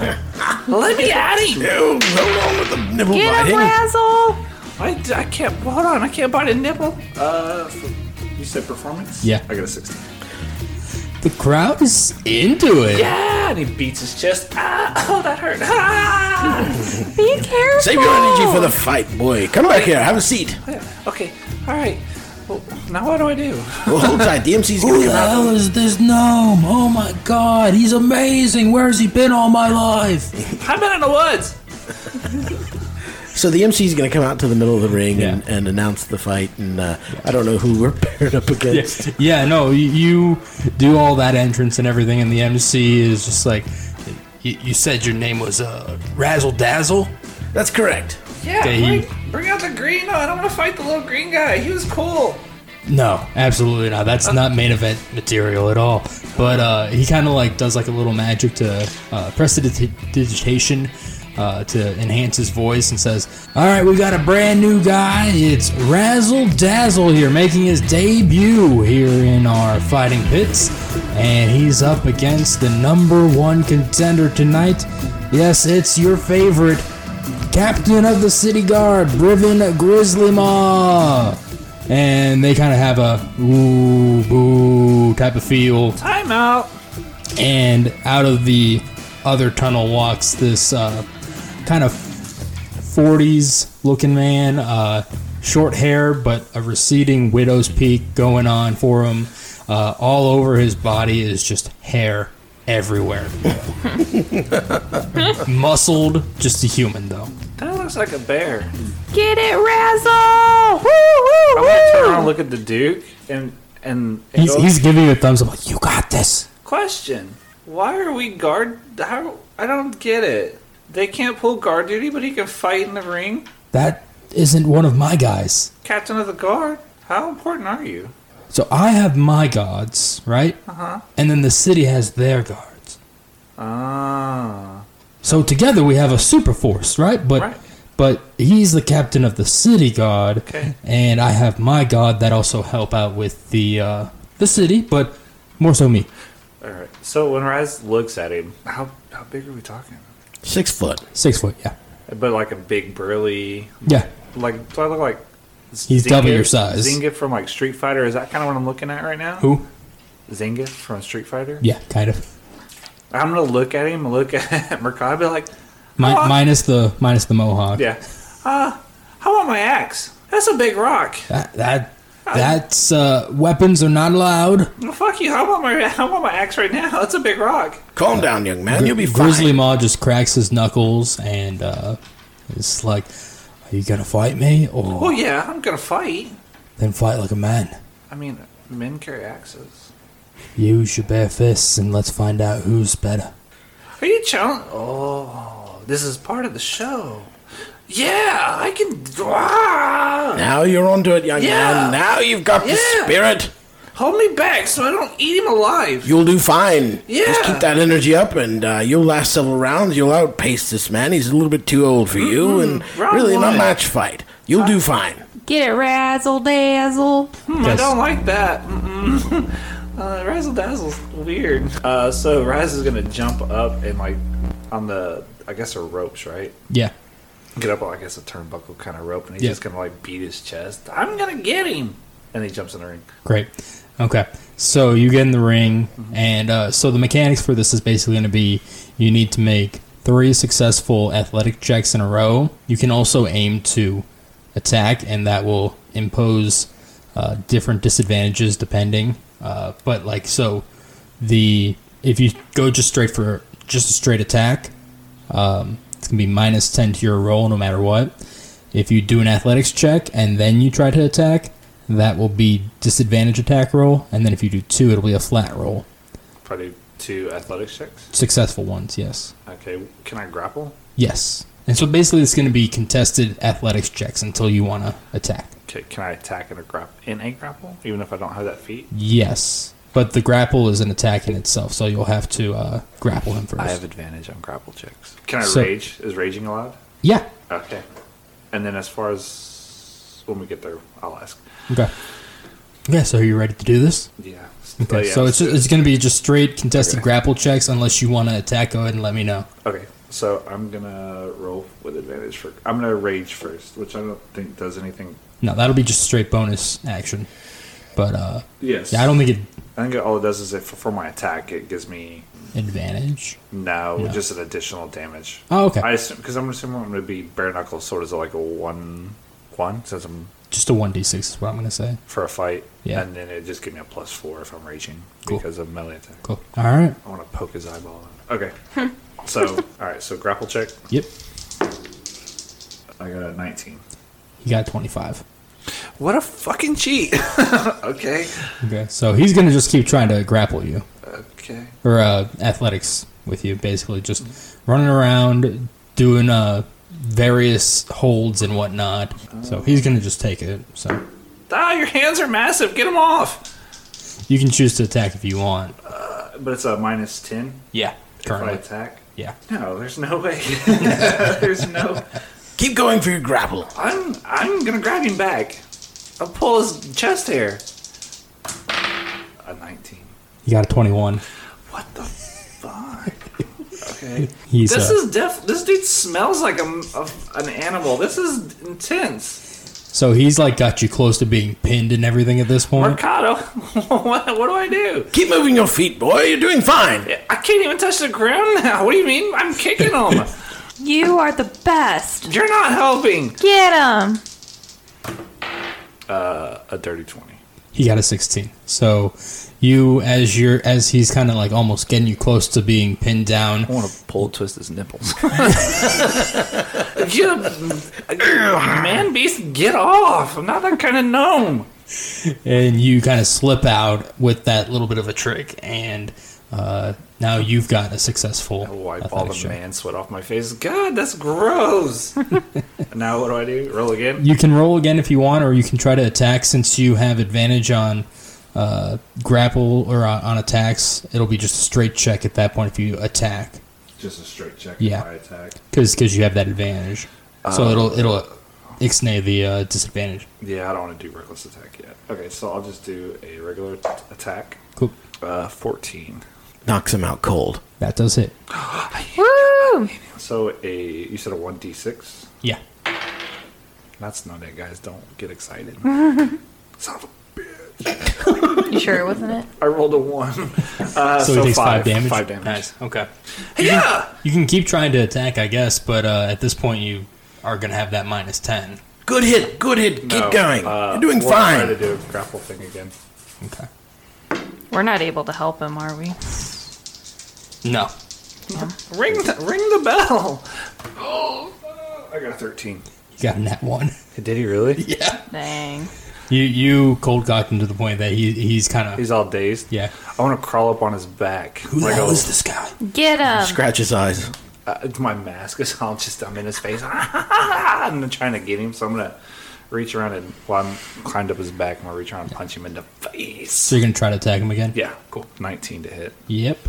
[SPEAKER 6] Let me at him.
[SPEAKER 4] No, no wrong with the nipple
[SPEAKER 3] Get him,
[SPEAKER 4] biting.
[SPEAKER 3] razzle!
[SPEAKER 6] I, I can't. Hold on. I can't bite a nipple. Uh, you said performance.
[SPEAKER 5] Yeah.
[SPEAKER 6] I got a sixteen.
[SPEAKER 5] The crowd is into it.
[SPEAKER 2] ah,
[SPEAKER 6] Yeah, and he beats his chest. Ah, oh, that hurt. Ah!
[SPEAKER 3] Be careful!
[SPEAKER 4] Save your energy for the fight, boy. Come back here. Have a seat.
[SPEAKER 6] okay. All right. Well, now what do I do?
[SPEAKER 4] Well, hold tight. DMC's gonna come out.
[SPEAKER 5] is this gnome? Oh my god, he's amazing. Where's he been all my life?
[SPEAKER 6] I've been in the woods.
[SPEAKER 4] So the MC's going to come out to the middle of the ring
[SPEAKER 5] Yeah.
[SPEAKER 4] and, and announce the fight. And uh, I don't know who we're paired up against.
[SPEAKER 5] yeah, no, you, you do all that entrance and everything, and the MC is just like, you, you said your name was uh, Razzle Dazzle?
[SPEAKER 4] That's correct.
[SPEAKER 6] Yeah.
[SPEAKER 5] Okay,
[SPEAKER 6] Bring,
[SPEAKER 5] he-
[SPEAKER 6] bring out the green. Oh, I don't want to fight the little green guy. He was cool.
[SPEAKER 5] No, absolutely not. That's not main event material at all. But uh, he kind of like does like a little magic to uh, prestidigitation uh, to enhance his voice and says, "All right, we got a brand new guy. It's Razzle Dazzle here, making his debut here in our fighting pits, and he's up against the number one contender tonight. Yes, it's your favorite." Captain of the City Guard, Briven Grizzly Maw and they kind of have a ooh boo type of feel.
[SPEAKER 6] Time out.
[SPEAKER 5] And out of the other tunnel walks this uh, kind of 40s looking man, uh, short hair but a receding widow's peak going on for him. Uh, all over his body is just hair everywhere. Muscled, just a human though.
[SPEAKER 6] That looks like a bear.
[SPEAKER 3] Get it, razzle! Woo, woo,
[SPEAKER 6] I'm gonna
[SPEAKER 3] woo!
[SPEAKER 6] turn around, and look at the Duke, and and, and
[SPEAKER 5] He's,
[SPEAKER 6] go-
[SPEAKER 5] he's giving you a thumbs up. Like, you got this.
[SPEAKER 6] Question: Why are we guard? How I don't get it. They can't pull guard duty, but he can fight in the ring.
[SPEAKER 5] That isn't one of my guys.
[SPEAKER 6] Captain of the guard. How important are you?
[SPEAKER 5] So I have my gods, right?
[SPEAKER 6] Uh-huh.
[SPEAKER 5] And then the city has their guards.
[SPEAKER 6] Ah,
[SPEAKER 5] So together we have a super force, right? But
[SPEAKER 6] Right.
[SPEAKER 5] but he's the captain of the city god,
[SPEAKER 6] Okay.
[SPEAKER 5] and I have my god that also help out with the uh, the city, but more so me.
[SPEAKER 6] all right. So when Raz looks at him, how how big are we talking?
[SPEAKER 4] Six foot.
[SPEAKER 5] Six foot, yeah,
[SPEAKER 6] But like a big burly,
[SPEAKER 5] yeah.
[SPEAKER 6] like do I look like?
[SPEAKER 5] He's double your size.
[SPEAKER 6] Zinga from like Street Fighter. Is that kind of what I'm looking at right now?
[SPEAKER 5] Who?
[SPEAKER 6] Zinga from Street Fighter.
[SPEAKER 5] Yeah, kind of.
[SPEAKER 6] I'm gonna look at him, look at Mercado, be like,
[SPEAKER 5] Mi-
[SPEAKER 6] Oh, I-
[SPEAKER 5] minus the minus the mohawk.
[SPEAKER 6] yeah. Uh, how about my axe? That's a big rock.
[SPEAKER 5] That that that's uh, weapons are not allowed.
[SPEAKER 6] Well, fuck you. How about my how about my axe right now? That's a big rock.
[SPEAKER 4] Calm down, young man. You'll be fine.
[SPEAKER 5] Grizzly Maw just cracks his knuckles and uh, it's like, "Are you gonna fight me,
[SPEAKER 6] Well,
[SPEAKER 5] or
[SPEAKER 6] Oh, yeah, I'm gonna fight.
[SPEAKER 5] then fight like a man?
[SPEAKER 6] I mean, men carry axes.
[SPEAKER 5] Use your bare fists and let's find out who's better."
[SPEAKER 6] Are you challenging? Oh, this is part of the show. Yeah, I can. Ah!
[SPEAKER 4] Now you're onto it, young
[SPEAKER 6] Yeah.
[SPEAKER 4] man. Now you've got the
[SPEAKER 6] Yeah.
[SPEAKER 4] spirit.
[SPEAKER 6] Hold me back so I don't eat him alive.
[SPEAKER 4] You'll do fine.
[SPEAKER 6] Yeah.
[SPEAKER 4] Just keep that energy up, and uh, you'll last several rounds. You'll outpace this man. He's a little bit too old for you, and
[SPEAKER 6] Round
[SPEAKER 4] really not
[SPEAKER 6] one.
[SPEAKER 4] match fight. You'll do fine.
[SPEAKER 3] Get it, razzle dazzle!
[SPEAKER 6] Hmm, I
[SPEAKER 5] Yes.
[SPEAKER 6] don't like that. Mm-mm. Uh, Razzle dazzle's weird. Uh, so Raz is gonna jump up and like on the I guess are ropes, right?
[SPEAKER 5] Yeah,
[SPEAKER 6] get up on I guess a turnbuckle kind of rope, and he's
[SPEAKER 5] Yeah.
[SPEAKER 6] just gonna like beat his chest. I'm gonna get him, and he jumps in the ring.
[SPEAKER 5] great. Okay, so you get in the ring, and uh, so the mechanics for this is basically going to be: you need to make three successful athletic checks in a row. You can also aim to attack, and that will impose uh, different disadvantages depending. Uh, but like so, the if you go just straight for just a straight attack, um, it's gonna be minus ten to your roll no matter what. If you do an athletics check and then you try to attack, that will be disadvantage attack roll, and then if you do two, it'll be a flat roll.
[SPEAKER 6] Probably to athletics checks?
[SPEAKER 5] Successful ones, yes.
[SPEAKER 6] Okay, can I grapple?
[SPEAKER 5] Yes. And so basically, it's going to be contested athletics checks until you want to attack.
[SPEAKER 6] Okay, can I attack in a grapple? In a grapple, even if I don't have that feat?
[SPEAKER 5] Yes. But the grapple is an attack in itself, so you'll have to uh, grapple him first.
[SPEAKER 6] I have advantage on grapple checks. Can I
[SPEAKER 5] So-
[SPEAKER 6] rage? Is raging allowed?
[SPEAKER 5] yeah.
[SPEAKER 6] Okay. And then as far as when we get there, I'll ask.
[SPEAKER 5] Okay. Okay, so are you ready to do this?
[SPEAKER 6] Yeah.
[SPEAKER 5] Okay,
[SPEAKER 6] Oh, yeah,
[SPEAKER 5] so it's,
[SPEAKER 6] let's do
[SPEAKER 5] it's going to be just straight contested
[SPEAKER 6] Okay.
[SPEAKER 5] grapple checks unless you want to attack. Go ahead and let me know.
[SPEAKER 6] it. okay. So I'm gonna roll with advantage for. I'm gonna rage first, which I don't think does anything.
[SPEAKER 5] No, that'll be just straight bonus action. But uh,
[SPEAKER 6] Yes.
[SPEAKER 5] yeah, I don't think it
[SPEAKER 6] I think all it does is if for my attack, it gives me
[SPEAKER 5] advantage.
[SPEAKER 6] no,
[SPEAKER 5] No.
[SPEAKER 6] just an additional damage.
[SPEAKER 5] Oh, okay.
[SPEAKER 6] I assume because I'm assuming I'm gonna be bare knuckle sword is like a one one since I'm
[SPEAKER 5] just a one d six is what I'm going to say.
[SPEAKER 6] for a fight.
[SPEAKER 5] Yeah.
[SPEAKER 6] And then it just give me a plus four if I'm raging
[SPEAKER 5] Cool.
[SPEAKER 6] because of melee attack.
[SPEAKER 5] Cool. All right.
[SPEAKER 6] I want to poke his eyeball out. Okay. so, all right. So grapple check.
[SPEAKER 5] Yep.
[SPEAKER 6] I got a 19.
[SPEAKER 5] He got twenty five.
[SPEAKER 6] What a fucking cheat. okay.
[SPEAKER 5] Okay, so he's going to just keep trying to grapple you.
[SPEAKER 6] Okay.
[SPEAKER 5] or uh, athletics with you, basically just running around doing uh, various holds and whatnot. So he's gonna just take it. So
[SPEAKER 6] Ah, your hands are massive. Get them off.
[SPEAKER 5] you can choose to attack if you want.
[SPEAKER 6] But it's a minus 10
[SPEAKER 5] Yeah,
[SPEAKER 6] if I
[SPEAKER 5] currently.
[SPEAKER 6] attack.
[SPEAKER 5] Yeah,
[SPEAKER 6] No, there's no way. there's no.
[SPEAKER 4] Keep going for your grapple.
[SPEAKER 6] I'm I'm gonna grab him back. I'll pull his chest hair. A 19.
[SPEAKER 5] you got a twenty-one.
[SPEAKER 6] What the fuck? Okay.
[SPEAKER 5] He's
[SPEAKER 6] This
[SPEAKER 5] uh,
[SPEAKER 6] is def. This dude smells like a, a an animal. This is intense.
[SPEAKER 5] so he's like got you close to being pinned and everything at this point.
[SPEAKER 6] Mercado, what, what do I do?
[SPEAKER 4] Keep moving your feet, boy. You're doing fine.
[SPEAKER 6] I can't even touch the ground now. What do you mean? I'm kicking him.
[SPEAKER 3] You are the best.
[SPEAKER 6] You're not helping.
[SPEAKER 3] Get him.
[SPEAKER 6] A dirty twenty.
[SPEAKER 5] He got a sixteen. So you, as you're, as he's kind of like almost getting you close to being pinned down,
[SPEAKER 6] I want to pull twist his nipples. you man beast, get off! I'm not that kind of gnome.
[SPEAKER 5] and you kind of slip out with that little bit of a trick, and uh, now you've got a successful.
[SPEAKER 6] I wipe all
[SPEAKER 5] athletic
[SPEAKER 6] the
[SPEAKER 5] check.
[SPEAKER 6] man sweat off my face. God, that's gross. now what do I do? Roll again.
[SPEAKER 5] You can roll again if you want, or you can try to attack since you have advantage on uh, grapple or on, on attacks. It'll be just a straight check at that point if you attack,
[SPEAKER 6] Just a straight check.
[SPEAKER 5] Yeah.
[SPEAKER 6] My attack.
[SPEAKER 5] because you have that advantage.
[SPEAKER 6] Uh,
[SPEAKER 5] so it'll it'll ixnay the uh, disadvantage.
[SPEAKER 6] Yeah, I don't want to do reckless attack yet. Okay, so I'll just do a regular t- attack.
[SPEAKER 5] Cool,
[SPEAKER 6] Uh, 14.
[SPEAKER 4] Knocks him out cold.
[SPEAKER 5] that does hit.
[SPEAKER 3] Woo!
[SPEAKER 6] So a you said a 1d6.
[SPEAKER 5] Yeah,
[SPEAKER 6] That's not it, guys. Don't get excited. Son of a bitch.
[SPEAKER 3] You sure it wasn't it?
[SPEAKER 6] I rolled a 1. Uh,
[SPEAKER 5] so,
[SPEAKER 6] so
[SPEAKER 5] it takes
[SPEAKER 6] five,
[SPEAKER 5] five, damage.
[SPEAKER 6] Five damage.
[SPEAKER 5] Nice. Okay.
[SPEAKER 6] Yeah!
[SPEAKER 5] You can keep trying to attack, I guess, but uh, at this point you are going to have that minus ten.
[SPEAKER 4] Good hit. Good hit.
[SPEAKER 6] No,
[SPEAKER 4] Keep going.
[SPEAKER 6] uh,
[SPEAKER 4] You're doing
[SPEAKER 6] we'll Try to
[SPEAKER 4] fine.
[SPEAKER 6] do a grapple thing again.
[SPEAKER 5] Okay.
[SPEAKER 3] We're not able to help him, are we?
[SPEAKER 5] No.
[SPEAKER 6] Ring the, ring the bell! Oh, I got a 13.
[SPEAKER 5] You got a nat one.
[SPEAKER 6] Did he really?
[SPEAKER 5] Yeah.
[SPEAKER 3] Dang.
[SPEAKER 5] You you cold cocked him to the point that he he's kind of
[SPEAKER 6] He's all dazed.
[SPEAKER 5] yeah.
[SPEAKER 6] I want to crawl up on his back.
[SPEAKER 5] Who the
[SPEAKER 6] like
[SPEAKER 3] oh.
[SPEAKER 5] hell
[SPEAKER 6] a-
[SPEAKER 5] is this guy?
[SPEAKER 3] Get him.
[SPEAKER 4] Scratch his eyes.
[SPEAKER 6] uh, it's my mask is all just I'm in his face. I'm trying to get him, so I'm gonna reach around and while I'm climbed up his back, I'm gonna reach around and punch him in the face.
[SPEAKER 5] So you're gonna try to attack him again?
[SPEAKER 6] Yeah, cool. 19 to hit,
[SPEAKER 5] Yep.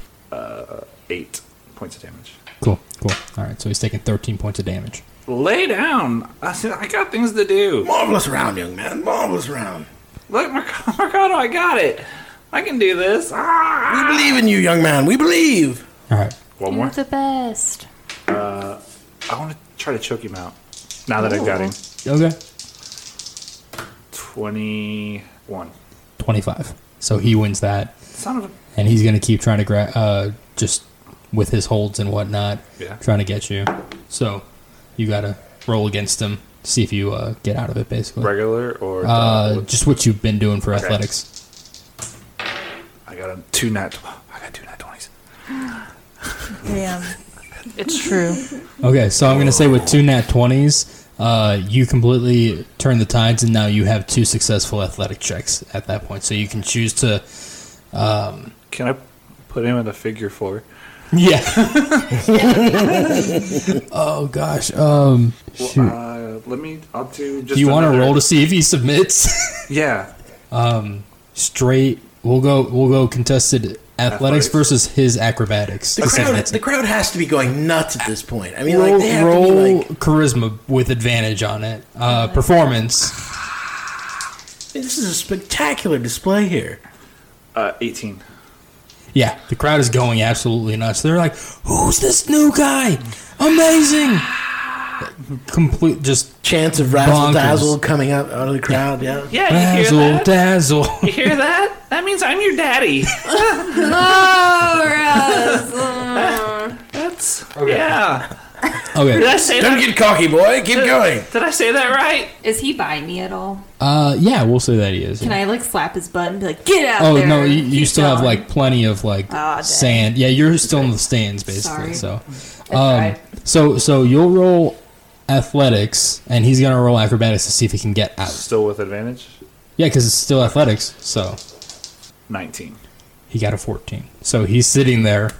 [SPEAKER 6] eight points of damage.
[SPEAKER 5] Cool. Cool. All right. So he's taking 13 points of damage.
[SPEAKER 6] Lay down. I said I got things to do.
[SPEAKER 4] Marvelous round, young man. Marvelous round.
[SPEAKER 6] Look, Merc- Mercado, I got it. I can do this.
[SPEAKER 4] We
[SPEAKER 6] Ah!
[SPEAKER 4] believe in you, young man. We believe.
[SPEAKER 5] All right.
[SPEAKER 6] One
[SPEAKER 3] You're
[SPEAKER 6] more.
[SPEAKER 3] the best.
[SPEAKER 6] I want to try to choke him out. Now that I've got him,
[SPEAKER 5] Okay.
[SPEAKER 6] 21.
[SPEAKER 5] 25. So he wins that,
[SPEAKER 6] Son of a
[SPEAKER 5] and he's gonna keep trying to grab uh just with his holds and whatnot,
[SPEAKER 6] Yeah.
[SPEAKER 5] trying to get you. So you gotta roll against him, see if you uh, get out of it basically.
[SPEAKER 6] regular or
[SPEAKER 5] Uh,
[SPEAKER 6] double?
[SPEAKER 5] just what you've been doing for athletics.
[SPEAKER 6] I got a two nat. I got two nat twenties.
[SPEAKER 3] Damn. It's true.
[SPEAKER 5] Okay, so I'm going to say with two nat 20s, uh, you completely turn the tides, and now you have two successful athletic checks at that point. So you can choose to.
[SPEAKER 6] Can I
[SPEAKER 2] Put him in a figure four.
[SPEAKER 5] Yeah. oh gosh. Um. Shoot.
[SPEAKER 2] Uh, let me. I'll do. Just
[SPEAKER 5] Do you want to
[SPEAKER 2] another-
[SPEAKER 5] roll to see if he submits?
[SPEAKER 2] Yeah.
[SPEAKER 5] um. Straight. We'll go. We'll go contested athletics,
[SPEAKER 2] Athletics.
[SPEAKER 5] versus his acrobatics.
[SPEAKER 4] The
[SPEAKER 5] to see if
[SPEAKER 4] crowd,
[SPEAKER 5] that's-
[SPEAKER 4] the crowd has to be going nuts at this point. I mean,
[SPEAKER 5] roll
[SPEAKER 4] like they have
[SPEAKER 5] roll
[SPEAKER 4] to be like
[SPEAKER 5] charisma with advantage on it. Uh, performance.
[SPEAKER 4] this is a spectacular display here.
[SPEAKER 2] Uh, 18.
[SPEAKER 5] Yeah, the crowd is going absolutely nuts. They're like, "Who's this new guy? Amazing!" Complete, just
[SPEAKER 4] Chance of razzle
[SPEAKER 5] Bonkers.
[SPEAKER 4] dazzle coming out out of the crowd. Yeah.
[SPEAKER 2] Yeah, you hear
[SPEAKER 5] dazzle,
[SPEAKER 2] that?
[SPEAKER 5] dazzle.
[SPEAKER 2] You hear that? That means I'm your daddy. That's yeah.
[SPEAKER 5] Okay,
[SPEAKER 2] Did I say that?
[SPEAKER 4] get cocky, boy. Keep going.
[SPEAKER 2] Did I say that right?
[SPEAKER 3] Is he by me at all?
[SPEAKER 5] Uh, yeah, we'll say that he is.
[SPEAKER 3] Can I like slap his butt and be like, "Get out
[SPEAKER 5] oh
[SPEAKER 3] there"?
[SPEAKER 5] no,
[SPEAKER 3] and
[SPEAKER 5] you, you
[SPEAKER 3] keep
[SPEAKER 5] still have
[SPEAKER 3] going?"
[SPEAKER 5] like plenty of like
[SPEAKER 3] Ah, dang.
[SPEAKER 5] sand. Yeah, you're still in the stands basically.
[SPEAKER 3] Sorry.
[SPEAKER 5] So, um,
[SPEAKER 3] tried.
[SPEAKER 5] so so you'll roll athletics, and he's gonna roll acrobatics to see if he can get out.
[SPEAKER 2] Still with advantage.
[SPEAKER 5] Yeah, because it's still athletics. So
[SPEAKER 2] 19.
[SPEAKER 5] he got a 14. So he's sitting there,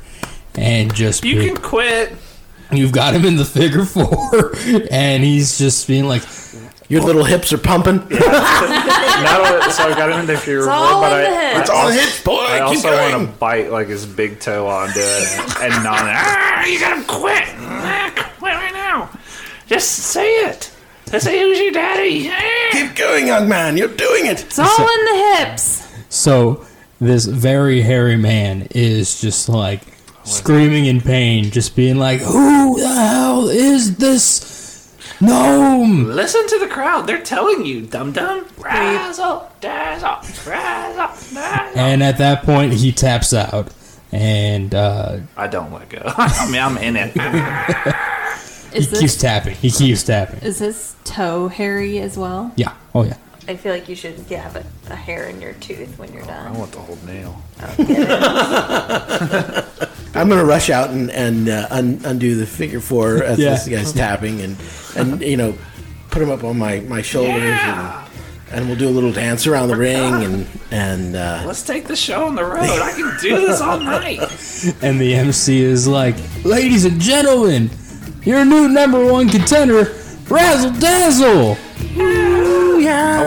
[SPEAKER 5] and just
[SPEAKER 2] You
[SPEAKER 4] Hmm.
[SPEAKER 2] can quit.
[SPEAKER 5] you've got him in the figure four, and he's just being like,
[SPEAKER 4] Your little hips are pumping.
[SPEAKER 2] Not only, so I got him in the figure four,
[SPEAKER 3] all
[SPEAKER 2] but
[SPEAKER 3] in the
[SPEAKER 2] I,
[SPEAKER 3] head.
[SPEAKER 2] I
[SPEAKER 4] It's all
[SPEAKER 2] also-
[SPEAKER 4] hips, boy.
[SPEAKER 2] I
[SPEAKER 4] Keep
[SPEAKER 2] also
[SPEAKER 4] going.
[SPEAKER 2] want to bite like his big toe onto it and not. Ah, you gotta quit! Ah, quit right now! Just say it. Just say who's your daddy. Ah.
[SPEAKER 4] Keep going, young man. You're doing it.
[SPEAKER 3] It's all in the hips.
[SPEAKER 5] So this very hairy man is just like screaming in pain, just being like, "Who the hell is this gnome?"
[SPEAKER 2] Listen to the crowd. They're telling you, dum dum. Razzle, dazzle, razzle, dazzle.
[SPEAKER 5] And at that point, he taps out, and uh,
[SPEAKER 2] I don't let go. I mean, I'm in it.
[SPEAKER 5] he
[SPEAKER 3] Is
[SPEAKER 5] keeps
[SPEAKER 3] this
[SPEAKER 5] tapping. He keeps tapping.
[SPEAKER 3] is his toe hairy as well?
[SPEAKER 5] Yeah. Oh yeah.
[SPEAKER 6] I feel like you should yeah, have a, a hair in your tooth when you're
[SPEAKER 2] I
[SPEAKER 6] done.
[SPEAKER 2] want the whole nail.
[SPEAKER 4] I'm gonna rush out and and uh, un- undo the figure four as
[SPEAKER 5] Yeah.
[SPEAKER 4] this guy's tapping and and you know put him up on my my shoulders and, and we'll do a little dance around the ring and and uh,
[SPEAKER 2] Let's take the show on the road. I can do this all night.
[SPEAKER 5] And the MC is like, "Ladies and gentlemen, your new number one contender, Razzle Dazzle."
[SPEAKER 2] I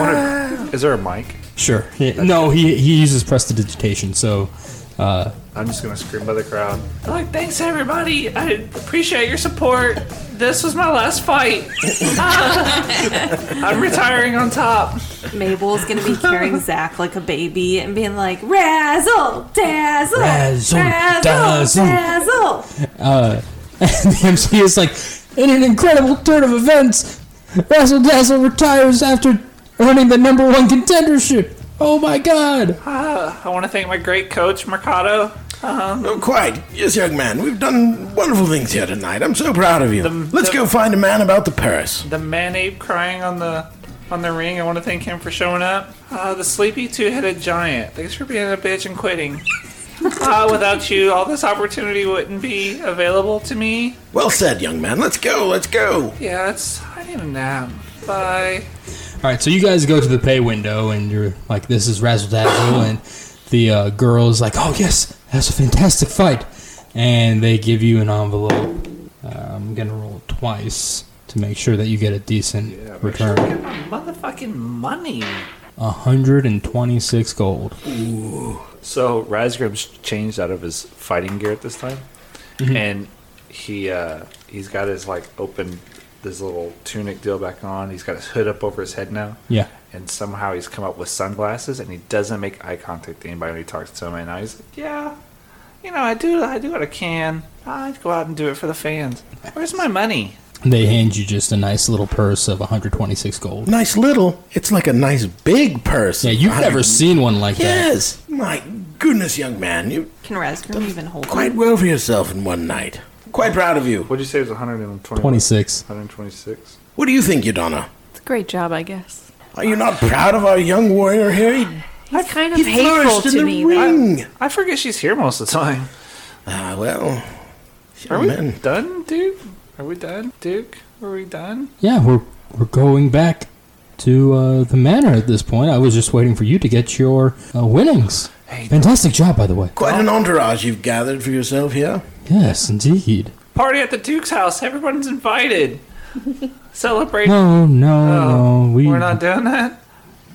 [SPEAKER 2] wonder, is there a mic?
[SPEAKER 5] Sure. Yeah, No, he he uses prestidigitation, so. Uh,
[SPEAKER 2] I'm just gonna scream by the crowd. Like, thanks everybody. I appreciate your support. This was my last fight. I'm retiring on top.
[SPEAKER 3] Mabel's gonna be carrying Zach like a baby and being like, "Razzle dazzle,
[SPEAKER 5] Razzle, dazzle."
[SPEAKER 3] dazzle, dazzle."
[SPEAKER 5] And the MC is like, in an incredible turn of events, Razzle Dazzle retires after earning the number one contendership. Oh my god!
[SPEAKER 2] Uh, I want to thank my great coach Mercado,
[SPEAKER 4] no, quite yes, young man. We've done wonderful things here tonight. I'm so proud of you. Let's
[SPEAKER 2] the-
[SPEAKER 4] go find a man about the purse.
[SPEAKER 2] the man ape crying on the on the ring. I want to thank him for showing up. Uh, the sleepy two-headed giant. Thanks for being a bitch and quitting. Uh, without you, all this opportunity wouldn't be available to me.
[SPEAKER 4] Well said, young man. Let's go. Let's go.
[SPEAKER 2] Yeah, it's. I need a nap. Bye.
[SPEAKER 5] Alright, so you guys go to the pay window and you're like, this is Razzle Dazzle, and the uh, girl is like, oh yes, that's a fantastic fight. And they give you an envelope. Uh, I'm gonna roll it twice to make sure that you get a decent return.
[SPEAKER 2] Get my motherfucking money.
[SPEAKER 5] 126 gold.
[SPEAKER 2] So Razgrim's changed out of his fighting gear at this time, and he uh, he's got his like open this little tunic deal back on. He's got his hood up over his head now,
[SPEAKER 5] Yeah.
[SPEAKER 2] and somehow he's come up with sunglasses, and he doesn't make eye contact with anybody when he talks to him. And now he's like, yeah, you know, I do I do what I can. I go out and do it for the fans. Where's my money?
[SPEAKER 5] They hand you just a nice little purse of 126 gold.
[SPEAKER 4] Nice little. It's like a nice big purse.
[SPEAKER 5] Yeah, you've never seen one like that.
[SPEAKER 4] Yes. My goodness, young man. You
[SPEAKER 3] Can Razgrim even hold
[SPEAKER 4] quite
[SPEAKER 3] him?
[SPEAKER 4] well for yourself in one night. Quite proud of you.
[SPEAKER 2] What'd you say it was 120?
[SPEAKER 5] 26.
[SPEAKER 2] 126.
[SPEAKER 4] What do you think, Yudana?
[SPEAKER 1] It's a great job, I guess.
[SPEAKER 4] Are you not proud of our young warrior here? He,
[SPEAKER 1] He's kind of
[SPEAKER 4] he
[SPEAKER 1] hateful
[SPEAKER 4] flourished in
[SPEAKER 1] to
[SPEAKER 4] the
[SPEAKER 1] me. though.
[SPEAKER 4] ring.
[SPEAKER 2] I forget she's here most of the time.
[SPEAKER 4] Ah, well.
[SPEAKER 2] Are we
[SPEAKER 4] Amen.
[SPEAKER 2] done, Duke? Are we done, Duke? Are we done?
[SPEAKER 5] Yeah, we're we're going back to uh, the manor at this point. I was just waiting for you to get your uh, winnings.
[SPEAKER 2] Hey,
[SPEAKER 5] Fantastic job, by the way.
[SPEAKER 4] Quite an entourage you've gathered for yourself here.
[SPEAKER 5] Yes, indeed.
[SPEAKER 2] party at the Duke's house. Everyone's invited. Celebrate.
[SPEAKER 5] No, no,
[SPEAKER 2] Oh,
[SPEAKER 5] no. We,
[SPEAKER 2] we're not doing that.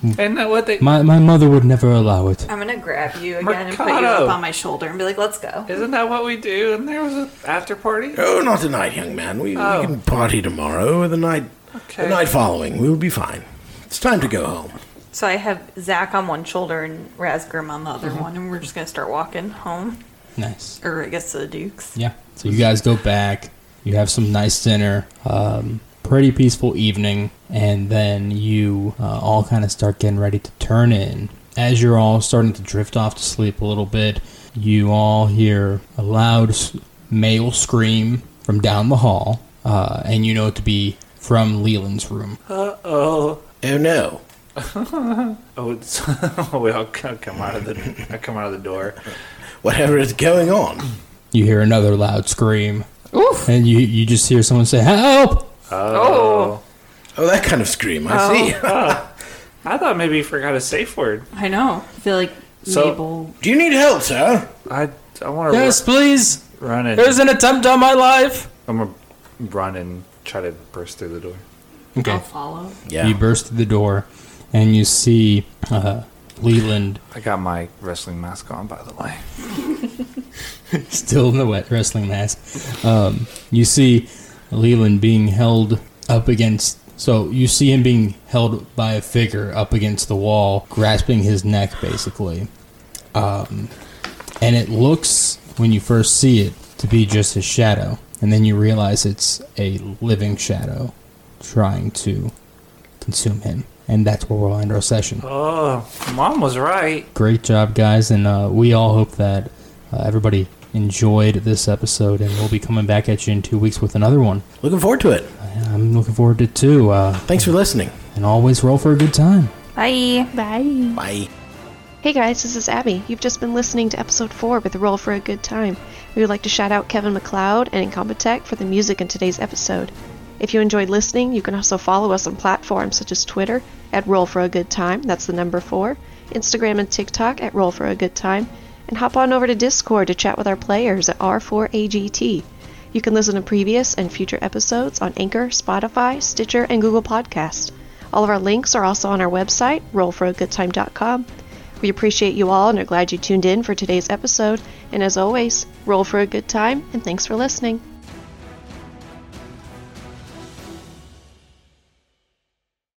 [SPEAKER 2] Isn't that what they?
[SPEAKER 5] My, my mother would never allow it.
[SPEAKER 6] I'm gonna grab you again and put you
[SPEAKER 2] Mercado.
[SPEAKER 6] up on my shoulder and be like, "Let's go."
[SPEAKER 2] Isn't that what we do? And there was an after party.
[SPEAKER 4] Oh, not tonight, young man. We,
[SPEAKER 2] Oh.
[SPEAKER 4] we can party tomorrow or the night,
[SPEAKER 2] Okay.
[SPEAKER 4] the night following. We'll be fine. It's time to go home.
[SPEAKER 6] So I have Zach on one shoulder and Razgrim on the other
[SPEAKER 3] Mm-hmm.
[SPEAKER 6] one, and we're just gonna start walking home,
[SPEAKER 5] Nice.
[SPEAKER 6] or I guess to the Duke's.
[SPEAKER 5] Yeah. So you guys go back. You have some nice dinner. Um, pretty peaceful evening, and then you uh, all kind of start getting ready to turn in. As you're all starting to drift off to sleep a little bit, you all hear a loud s- male scream from down the hall, uh, and you know it to be from Leland's room.
[SPEAKER 2] Uh oh.
[SPEAKER 4] Oh no.
[SPEAKER 2] Oh, it's, we all co- come out of the. I come out of the door.
[SPEAKER 4] Whatever is going on.
[SPEAKER 5] You hear another loud scream, and you you just hear someone say, "Help!"
[SPEAKER 2] Oh.
[SPEAKER 4] Oh, that kind of scream. I see.
[SPEAKER 2] I thought maybe you forgot a safe word.
[SPEAKER 6] I know.
[SPEAKER 3] I feel like
[SPEAKER 2] So-
[SPEAKER 3] Mabel.
[SPEAKER 4] Do you need help, sir?
[SPEAKER 2] I I want to
[SPEAKER 5] Yes, please.
[SPEAKER 2] run and
[SPEAKER 5] There's an attempt on my life.
[SPEAKER 2] I'm gonna run and try to burst through the door.
[SPEAKER 5] Okay.
[SPEAKER 3] I'll follow.
[SPEAKER 4] Yeah.
[SPEAKER 5] You burst through the door, and you see uh, Leland
[SPEAKER 2] I got my wrestling mask on, by the way.
[SPEAKER 5] still in the wet wrestling mask. Um, you see Leland being held up against. So you see him being held by a figure up against the wall, grasping his neck, basically. Um, and it looks, when you first see it, to be just his shadow. And then you realize it's a living shadow trying to consume him. And that's where we'll end our session.
[SPEAKER 2] Oh, mom was right.
[SPEAKER 5] great job guys and uh, we all hope that uh, everybody enjoyed this episode and we'll be coming back at you in two weeks with another one
[SPEAKER 4] Looking forward to it.
[SPEAKER 5] Yeah, i'm looking forward to it too uh,
[SPEAKER 4] Thanks for listening.
[SPEAKER 5] and always roll for a good time
[SPEAKER 6] Bye.
[SPEAKER 1] Bye.
[SPEAKER 4] Bye.
[SPEAKER 7] Hey guys, this is Abby. You've just been listening to episode 4 with Roll for a Good Time. We would like to shout out Kevin McLeod and Incompetech for the music in today's episode. If you enjoyed listening, you can also follow us on platforms such as Twitter at Roll for a Good Time, that's the number 4, Instagram and TikTok at Roll for a Good Time, and hop on over to Discord to chat with our players at R4AGT. You can listen to previous and future episodes on Anchor, Spotify, Stitcher, and Google Podcast. All of our links are also on our website, rollforagoodtime.com. We appreciate you all and are glad you tuned in for today's episode. And as always, roll for a good time and thanks for listening.